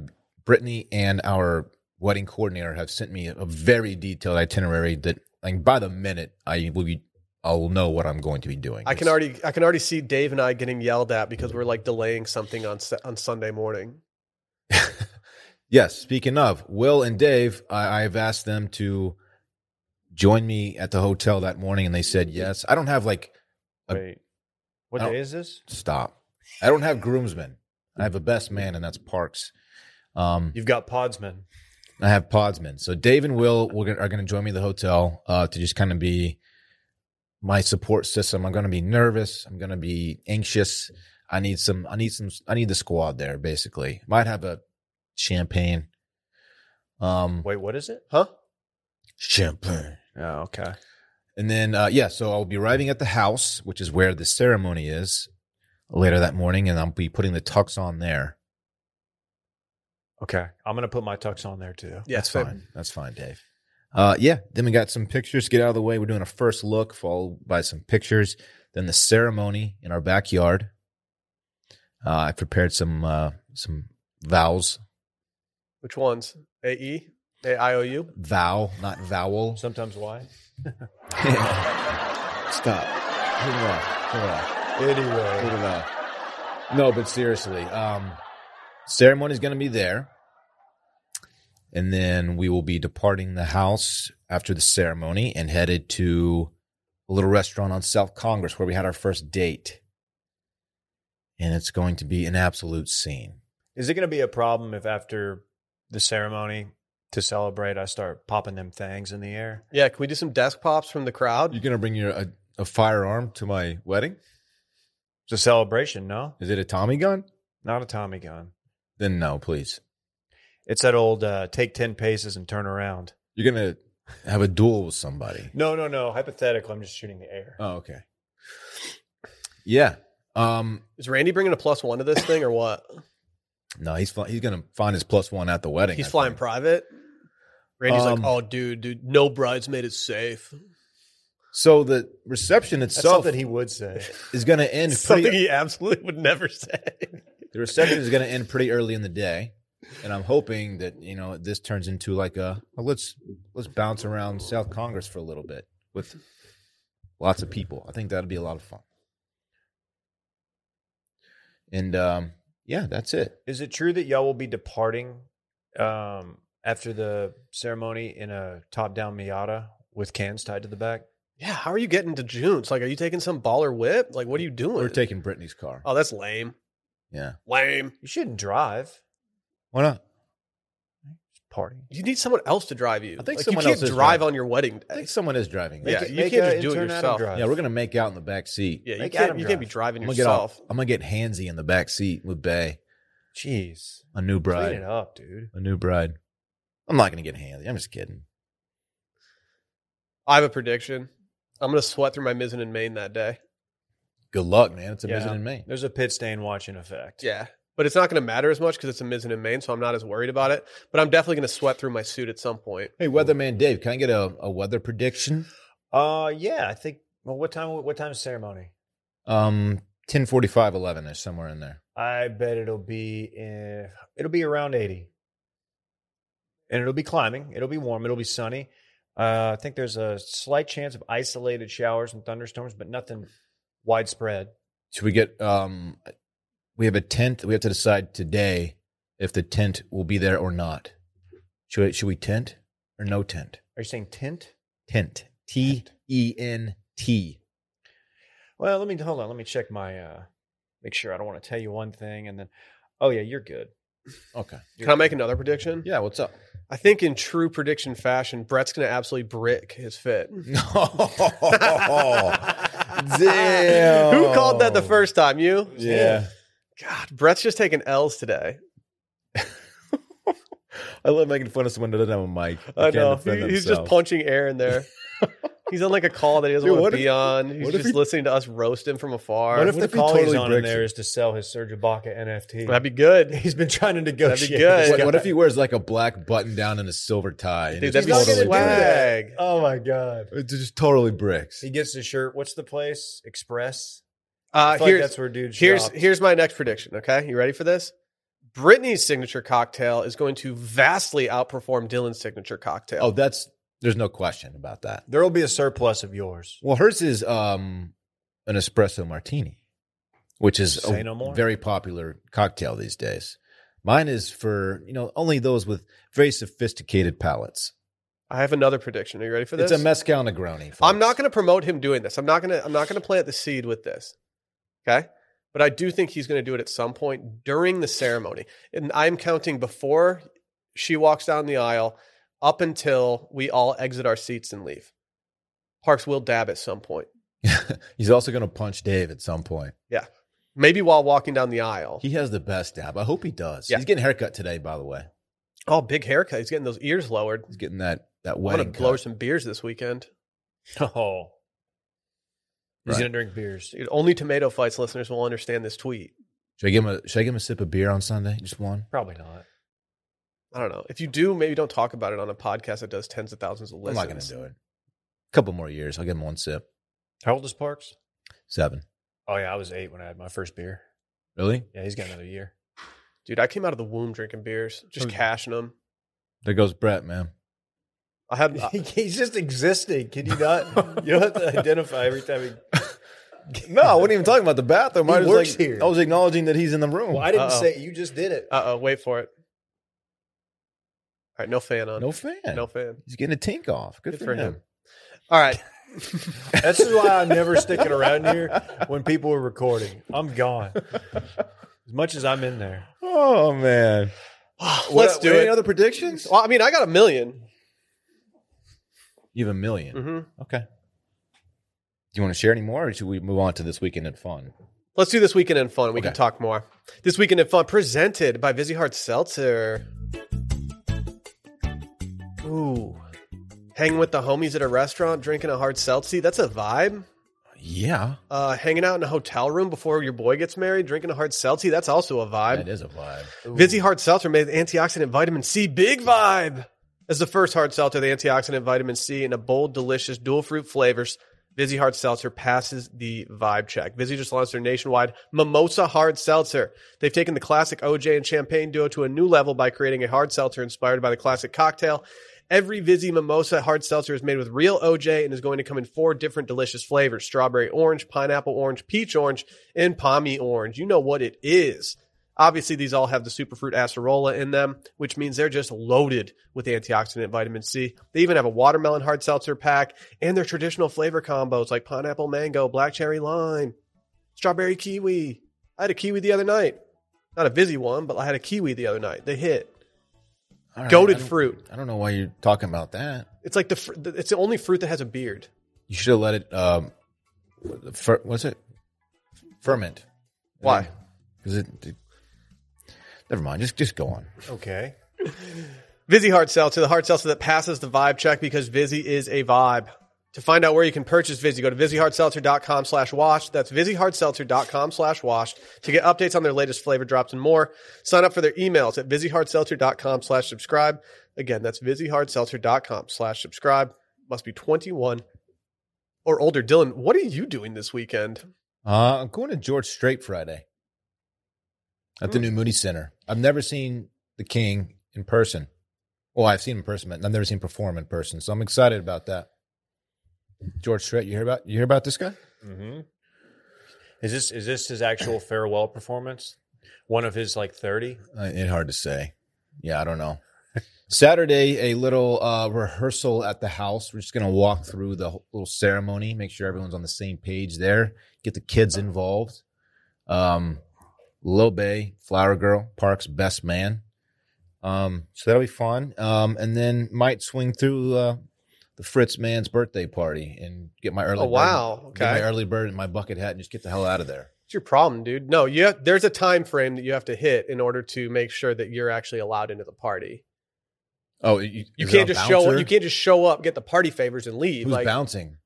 Brittany and our wedding coordinator have sent me a very detailed itinerary that, like, by the minute, I will be, I will know what I'm going to be doing.
I can
It's-
already I can already see Dave and I getting yelled at because we're like delaying something on Sa- on Sunday morning.
Yes. Speaking of Will and Dave, I, I've asked them to join me at the hotel that morning, and they said yes. I don't have like
Wait, what
I don't-
day is this?
stop. I don't have groomsmen. I have a best man, and that's Parks. Um,
You've got Podsman.
I have Podsman. So Dave and Will will are going to join me at the hotel uh, to just kind of be my support system. I'm going to be nervous. I'm going to be anxious. I need some. I need some. I need the squad there. Basically, might have a champagne. Um,
Wait, what is it?
Huh?
champagne.
Oh, okay.
And then, uh, yeah, so I'll be arriving at the house, which is where the ceremony is later that morning, and I'll be putting the tux on there.
Okay. I'm going to put my tux on there too.
Yeah,
That's
same.
fine. That's fine, Dave. Uh, yeah, then we got some pictures to get out of the way. We're doing a first look, followed by some pictures, then the ceremony in our backyard. Uh, I prepared some uh, some vows,
Which ones? A E? A I O U?
vow, not vowel,
Sometimes why?
Stop. Put it off. Put it off.
Anyway,
Put it off. No, but seriously, um, ceremony is going to be there, and then we will be departing the house after the ceremony and headed to a little restaurant on South Congress where we had our first date, and it's going to be an absolute scene.
is it going to be a problem if after the ceremony to celebrate, I start popping them things in the air?
Yeah, can we do some desk pops from the crowd?
You're going to bring your a, a firearm to my wedding?
It's a celebration, no?
Is it a Tommy gun?
Not a Tommy gun.
Then no, please.
It's that old uh, take 10 paces and turn around.
You're going to have a duel with somebody.
No, no, no. Hypothetical. I'm just shooting the air.
Uh,
Oh, okay. Yeah. Um,
Is Randy bringing a plus one to this thing or what?
No, he's fly- he's gonna find his plus one at the wedding.
He's
I
flying
think.
private. Randy's
Um,
like, oh, dude, dude, no bridesmaid is safe.
so the reception
That's
itself
something he would say.
is gonna end.
Something
Pretty,
he absolutely would never say.
the reception is gonna end pretty early in the day, and I'm hoping that you know this turns into like a well, let's let's bounce around South Congress for a little bit with lots of people. I think that'd be a lot of fun. And um, yeah, that's it.
Is it true that y'all will be departing um, after the ceremony in a top down Miata with cans tied to the back?
yeah, how are you getting to June's? Like, are you taking some baller whip? Like, what are you doing?
We're taking Brittany's car.
oh, that's lame.
Yeah,
Lame.
You shouldn't drive.
why not?
Just party.
You need someone else to drive you.
I think
like,
someone
you
else
can't
is
drive
driving.
on your wedding
I
day.
think someone is driving.
Yeah,
Yeah,
you can't
uh,
just do it
intern Adam
yourself.
drive.
yeah, we're gonna make out in the back seat.
Yeah, you
Make
can't,
Adam
you can't be
drive.
driving
I'm gonna, get
yourself.
off, I'm gonna get handsy in the back seat with Bay,
Jeez.
a new
Clean it
bride,
up, dude.
a new bride. I'm not gonna get handsy. I'm just kidding.
I have a prediction. I'm gonna sweat through my mizzen and main that day.
Good luck, man. It's a
Yeah.
visit in Maine.
There's a pit stain watching effect.
Yeah, but it's not gonna matter as much because it's a mizzen and main, so I'm not as worried about it. But I'm definitely gonna sweat through my suit at some point.
Hey, weatherman Dave, can I get a, a weather prediction?
Uh, yeah. I think. Well, what time? What time is ceremony?
Um, 10:45, 11 is somewhere in there.
I bet it'll be in, it'll be around 80. And it'll be climbing, it'll be warm, it'll be sunny. Uh, I think there's a slight chance of isolated showers and thunderstorms, but nothing widespread.
Should we get? Um, we have a tent. We have to decide today if the tent will be there or not. Should we, should we tent or no tent?
Are you saying tint?
Tent. T E N T.
Well, let me hold on, let me check my uh make sure I don't want to tell you one thing and then oh yeah, you're good.
Okay.
Can I make another prediction?
Yeah. What's up?
I think in true prediction fashion, Brett's gonna absolutely brick his fit.
No. Damn.
Who called that the first time? You?
Yeah.
God, Brett's just taking L's today.
I love making fun of someone that doesn't have a mic. They
I
can't
know.
defend
He- he's just
themselves.
punching air in there. He's on like a call that he doesn't
Dude,
want
what
to
if-
be on. He's
what if
just
he-
listening to us roast him from afar.
What
What
if
if
the
he
call he's
totally
on in
bricks
there
it?
is to sell his Serge Ibaka NFT?
That'd be good.
He's been trying to
That'd
negotiate.
be good.
this
What, what
guy.
if he wears like a black button down and a silver tie? and
Dude,
it's
that'd be
He's not gonna do
brick?
swag. Uh,
that. Oh my god.
It's just totally bricks.
He gets the shirt. What's the place? Express. I
Uh,
feel like
here's
that's where dudes.
here's
shop.
here's my next prediction. Okay, you ready for this? Brittany's signature cocktail is going to vastly outperform Dylan's signature cocktail.
Oh, that's there's no question about that.
There will be a surplus of yours.
Well, hers is um an espresso martini, which is
Say
a
no more.
very popular cocktail these days. Mine is for you know only those with very sophisticated palates.
I have another prediction. Are you ready for this?
It's a mezcal Negroni. Folks.
I'm not going to promote him doing this. I'm not going to. I'm not going to plant the seed with this. Okay, but I do think he's going to do it at some point during the ceremony, and I'm counting before she walks down the aisle up until we all exit our seats and leave. Parks will dab at some point,
He's also going to punch Dave at some point.
maybe while walking down the aisle.
He has the best dab. I hope he does.
Yeah.
He's getting a haircut today, by the way.
Oh, big haircut! He's getting those ears lowered.
He's getting that that
I'm gonna
wedding
blow
cut.
some beers this weekend.
Oh. He's
Right.
gonna drink beers.
Dude, only tomato fights listeners will understand this tweet.
Should I give him a Should I give him a sip of beer on Sunday? Just one.
Probably not.
I don't know. If you do, maybe don't talk about it on a podcast that does tens of thousands of listens.
I'm not going to do it. A couple more years. I'll give him one sip.
How old is Parks?
Seven.
Oh yeah, I was eight when I had my first beer.
Really?
Yeah, he's got another year.
Oh.
Dude, I came out of the womb drinking beers, just
Okay.
cashing them.
There goes Brett, man.
I
Uh,
have.
He's just existing. Can you not? You don't have to identify every time. Oh. He,
No, I wasn't even talking about the bathroom.
He
I was
works
like,
here.
I was acknowledging that he's in the room.
well, oh, I didn't
Uh-oh.
say you just did it.
Uh oh, wait for it. All right, no fan on.
no fan.
No fan.
He's getting a tink off. Good, for, him.
All right.
That's just why I'm never sticking around here when people are recording. I'm gone. As much as I'm in there,
Oh man.
Let's do
any
it.
other predictions?
Well, I mean, I got a 1000000
You have a 1000000
Mm-hmm.
Okay. Do you want to share any more, or should we move on to this weekend in fun?
Let's do this weekend in fun. We can
Okay.
talk more. This weekend in fun presented by Vizzy Heart Seltzer. Ooh, hanging with the homies at a restaurant, drinking a hard seltzer. That's a vibe.
Yeah,
Uh, hanging out in a hotel room before your boy gets married, drinking a hard seltzer. That's also a vibe.
that is a vibe.
Vizzy Hard Seltzer made with antioxidant vitamin C big vibe. As the first hard seltzer, the antioxidant vitamin C in a bold, delicious dual fruit flavors, Vizzy Hard Seltzer passes the vibe check. Vizzy just launched their nationwide Mimosa Hard Seltzer. They've taken the classic OJ and champagne duo to a new level by creating a hard seltzer inspired by the classic cocktail. Every Vizzy Mimosa hard seltzer is made with real OJ and is going to come in four different delicious flavors strawberry orange, pineapple orange, peach orange, and pommy orange. You know what it is. Obviously, these all have the superfruit acerola in them, which means they're just loaded with antioxidant vitamin C. They even have a watermelon hard seltzer pack and their traditional flavor combos like pineapple mango, black cherry lime, strawberry kiwi. I had a kiwi the other night. Not a busy one, but I had a kiwi the other night. They hit.
All right,
Goated
I don't-
fruit.
I don't know why you're talking about that.
It's like the fr- the- it's the only fruit that has a beard.
You should have let it. Um, fer- what's it? Ferment.
Why?
Because it, it- Never mind. Just just go on.
okay.
Vizzy Hard Seltzer, the hard seltzer that passes the vibe check because Vizzy is a vibe. To find out where you can purchase Vizzy, go to VizzyHardSeltzer.com slash wash. That's VizzyHardSeltzer.com slash wash to get updates on their latest flavor drops and more. Sign up for their emails at VizzyHardSeltzer.com slash subscribe. Again, that's VizzyHardSeltzer.com slash subscribe. Must be 21 or older. Dylan, what are you doing this weekend?
Uh, I'm going to George Strait Friday at the new Moody Center. I've never seen the King in person. Well, I've seen him in person, but I've never seen him perform in person. So I'm excited about that. George Strait, you hear about you hear about this guy?
hmm Is this is this his actual farewell performance? One of his like thirty.
Uh, it's hard to say. Yeah, I don't know. Saturday, a little uh, rehearsal at the house. We're just going to walk through the whole- little ceremony, make sure everyone's on the same page there, get the kids involved. Um, Lil Bay, Flower Girl, Park's best man. Um, so that'll be fun. Um, and then might swing through uh, the Fritz man's birthday party and get my early
Oh,
bird-
wow.
get my
Okay.
early bird and my bucket hat and just get the hell out of there.
It's your problem, dude. No, you have, there's a time frame that you have to hit in order to make sure that you're actually allowed into the party.
Oh, you,
You
is
can't
there a
just show
bouncer?
up. You can't just show up, get the party favors, and leave.
Who's
like
bouncing?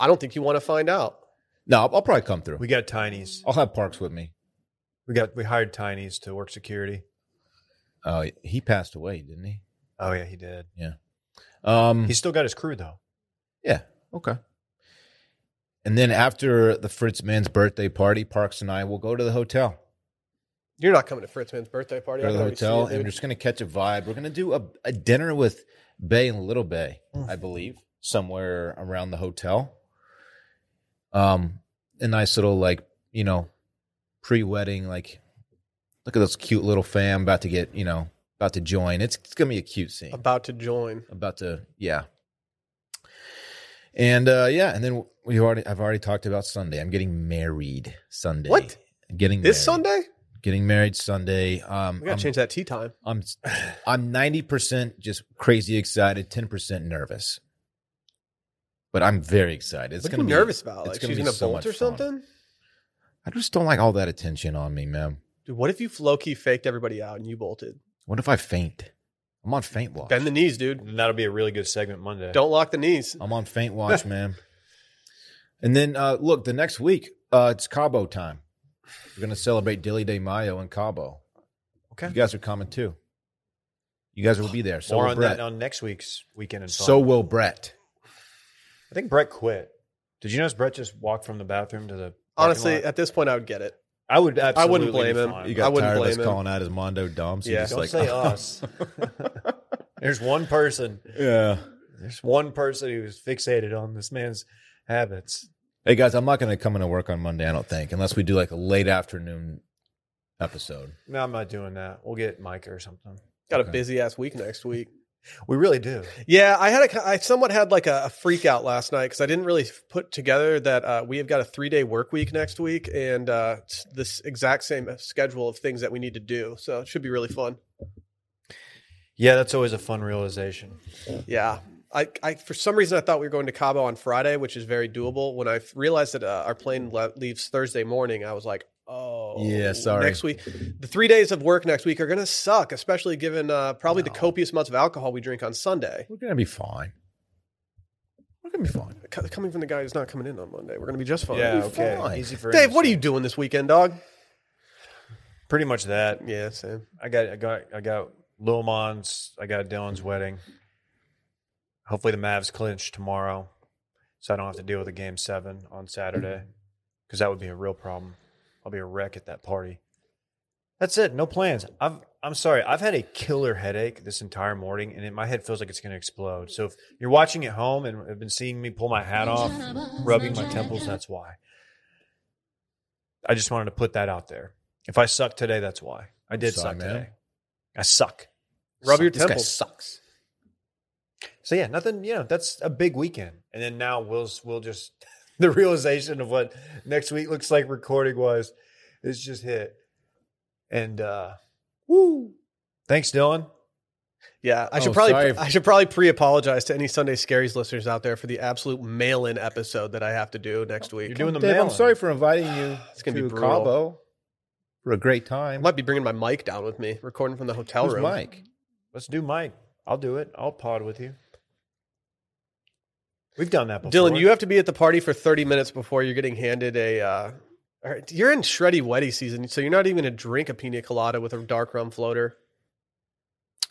I don't think you want to find out.
No, I'll, I'll probably come through.
We got tinies.
I'll have Parks with me.
We got we hired tinies to work security.
Uh, he passed away, didn't he?
Oh yeah, he did.
Um,
He's still got his crew though.
yeah, okay. And then after the Fritz man's birthday party, Parks and I will go to the hotel.
You're not coming to Fritzman's birthday party.
Go to
I
the
can already see
hotel,
it,
and we're
dude.
just gonna catch a vibe. We're gonna do a, a dinner with Bay and Little Bay, I believe, somewhere around the hotel. Um, a nice little like you know, pre-wedding like. Look at this cute little fam about to get you know about to join. It's it's gonna be a cute scene.
about to join.
about to yeah and uh yeah and then we already i've already talked about sunday i'm getting married sunday
What?
I'm getting
This
married.
Sunday,
getting married sunday um
we gotta
I'm,
change that tea time.
I'm i'm 90% just crazy excited 10% nervous but i'm very excited it's
what are
gonna
you
be
nervous about? Like
it's gonna
she's
be
gonna
so
bolt
much
or
fun.
something.
i just don't like all that attention on me man
Dude, what if you low key faked everybody out and you bolted?
what if i faint i'm on faint watch
Bend the knees, dude.
And that'll be a really good segment Monday.
Don't lock the knees.
I'm on faint watch, man. And then uh, look, the next week uh, it's Cabo time. We're gonna celebrate Dilly de Mayo in Cabo.
Okay.
you guys are coming too. You guys will be there. So
More
will
on
Brett.
that on next week's weekend. And Fun.
so will Brett.
I think Brett quit. Did you notice Brett just walked from the bathroom to the parking
Honestly,
lot?
at this point, I would get it.
I would
I
absolutely
wouldn't blame
be
him.
fine.
You
I
got
wouldn't
tired of
blame
us
him.
calling out his mondo dumb. So
Yeah.
yeah, just
Don't
like
say us. There's one person.
Yeah.
There's one person who's fixated on this man's habits.
Hey guys, I'm not going to come into work on Monday. I don't think, unless we do like a late afternoon episode.
No, I'm not doing that. We'll get Mike or something.
Got a
Okay.
busy ass week next week.
We really do.
Yeah, I had a, I somewhat had like a, a freak out last night because I didn't really put together that uh, we have got a three day work week next week and uh, it's this exact same uh, schedule of things that we need to do. So it should be really fun.
Yeah, that's always a fun realization.
Yeah. I, I for some reason I thought we were going to Cabo on Friday, which is very doable. When I f- realized that uh, our plane le- leaves Thursday morning, I was like, "Oh,
Yeah, sorry.
Next week, the three days of work next week are going to suck, especially given uh, probably the
No.
copious amounts of alcohol we drink on Sunday.
We're going to be fine. We're going to be fine.
Co- coming from the guy who's not coming in on Monday, we're going to be just fine.
Yeah,
Be
okay.
fine.
Easy for him
Dave,
to
what are
say.
you doing this weekend, dog?
Pretty much that.
Yeah, same.
I got, I got, I got Lil Mon's. I got Dylan's wedding. Hopefully the Mavs clinch tomorrow, so I don't have to deal with a game seven on Saturday, because that would be a real problem. I'll be a wreck at that party. That's it. No plans. I've, I'm sorry. I've had a killer headache this entire morning, and it, my head feels like it's going to explode. So if you're watching at home and have been seeing me pull my hat off, rubbing my temples, that's why. I just wanted to put that out there. If I suck today, that's why. I did suck
sorry, man.
today. I suck.
Rub your
this guy
temples.
sucks.
So yeah, nothing. You know, that's a big weekend, and then now we'll we'll just the realization of what next week looks like recording wise is just hit. And uh woo! Thanks, Dylan.
Yeah, I should
Oh,
probably
sorry if-
I should probably pre apologize to any Sunday Scaries listeners out there for the absolute mail in episode that I have to do next week.
You're doing the
Dave,
mail.
I'm sorry for inviting you
It's gonna
to
be brutal.
Cabo for a great time.
I might be bringing my mic down with me, recording from the hotel
Who's
room.
Mike?
Let's do Mike. I'll do it. I'll pod with you. We've done that before.
Dylan, you have to be at the party for 30 minutes before you're getting handed a. Uh, all right, you're in shreddy weddy season, so you're not even going to drink a pina colada with a dark rum floater.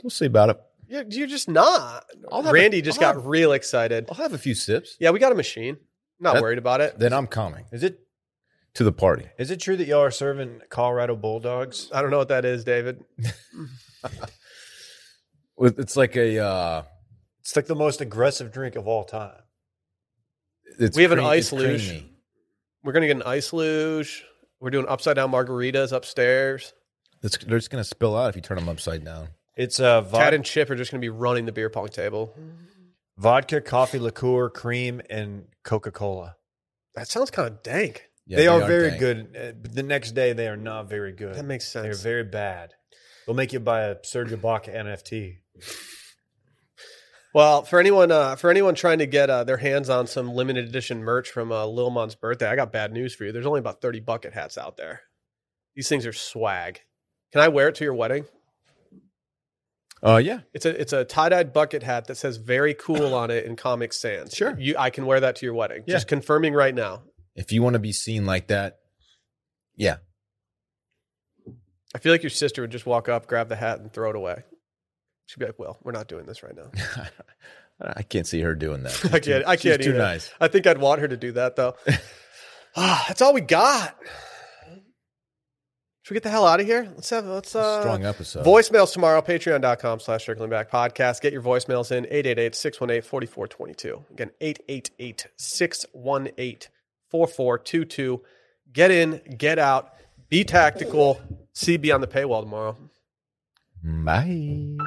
We'll see about it.
You're, you're just not.
I'll have a-
Randy just
I'll
got
have-
real excited.
I'll have a few sips.
Yeah, we got a machine. Not
That-
worried about it.
Then I'm coming
Is it
to the party.
is it true that y'all are serving Colorado Bulldogs?
I don't know what that is, David.
With- It's like a. Uh,
It's like the most aggressive drink of all time.
it's
We have an
cre-
ice
it's
luge.
creamy.
We're gonna get an ice luge. We're doing upside down margaritas upstairs.
It's, they're just going to spill out if you turn them upside down.
It's uh, a
Tad
vodka,
and Chip are just gonna be running the beer pong table.
vodka, coffee, liqueur, cream, and Coca Cola.
That sounds kind of dank.
Yeah,
they, are, very
dank.
good, uh, but the next day they are not very good.
That makes
They're
sense.
very bad. They'll make you buy a Serge Ibaka NFT.
Well, for anyone uh, for anyone trying to get uh, their hands on some limited edition merch from uh, Lil Mon's birthday, I got bad news for you. There's only about 30 bucket hats out there. These things are swag. Can I wear it to your wedding?
Uh, yeah,
It's a it's a tie dyed bucket hat that says "very cool" on it in Comic Sans.
Sure.
you I can wear that to your wedding.
Yeah.
Just confirming right now.
if you want to be seen like that, yeah,
I feel like your sister would just walk up, grab the hat, and throw it away. She'd be like, "Well, we're not doing this right now."
I can't see her doing that.
I can't. I
She's
can't.
too
either.
nice.
I think I'd want her to do that though. Ah, that's all we got. Should we get the hell out of here? Let's have let's uh
Strong episode.
voicemails tomorrow, patreon.com slash circling back podcast. Get your voicemails in 888-618-4422. Again, 888-618-4422. Get in, get out, be tactical. See beyond the paywall tomorrow.
Bye.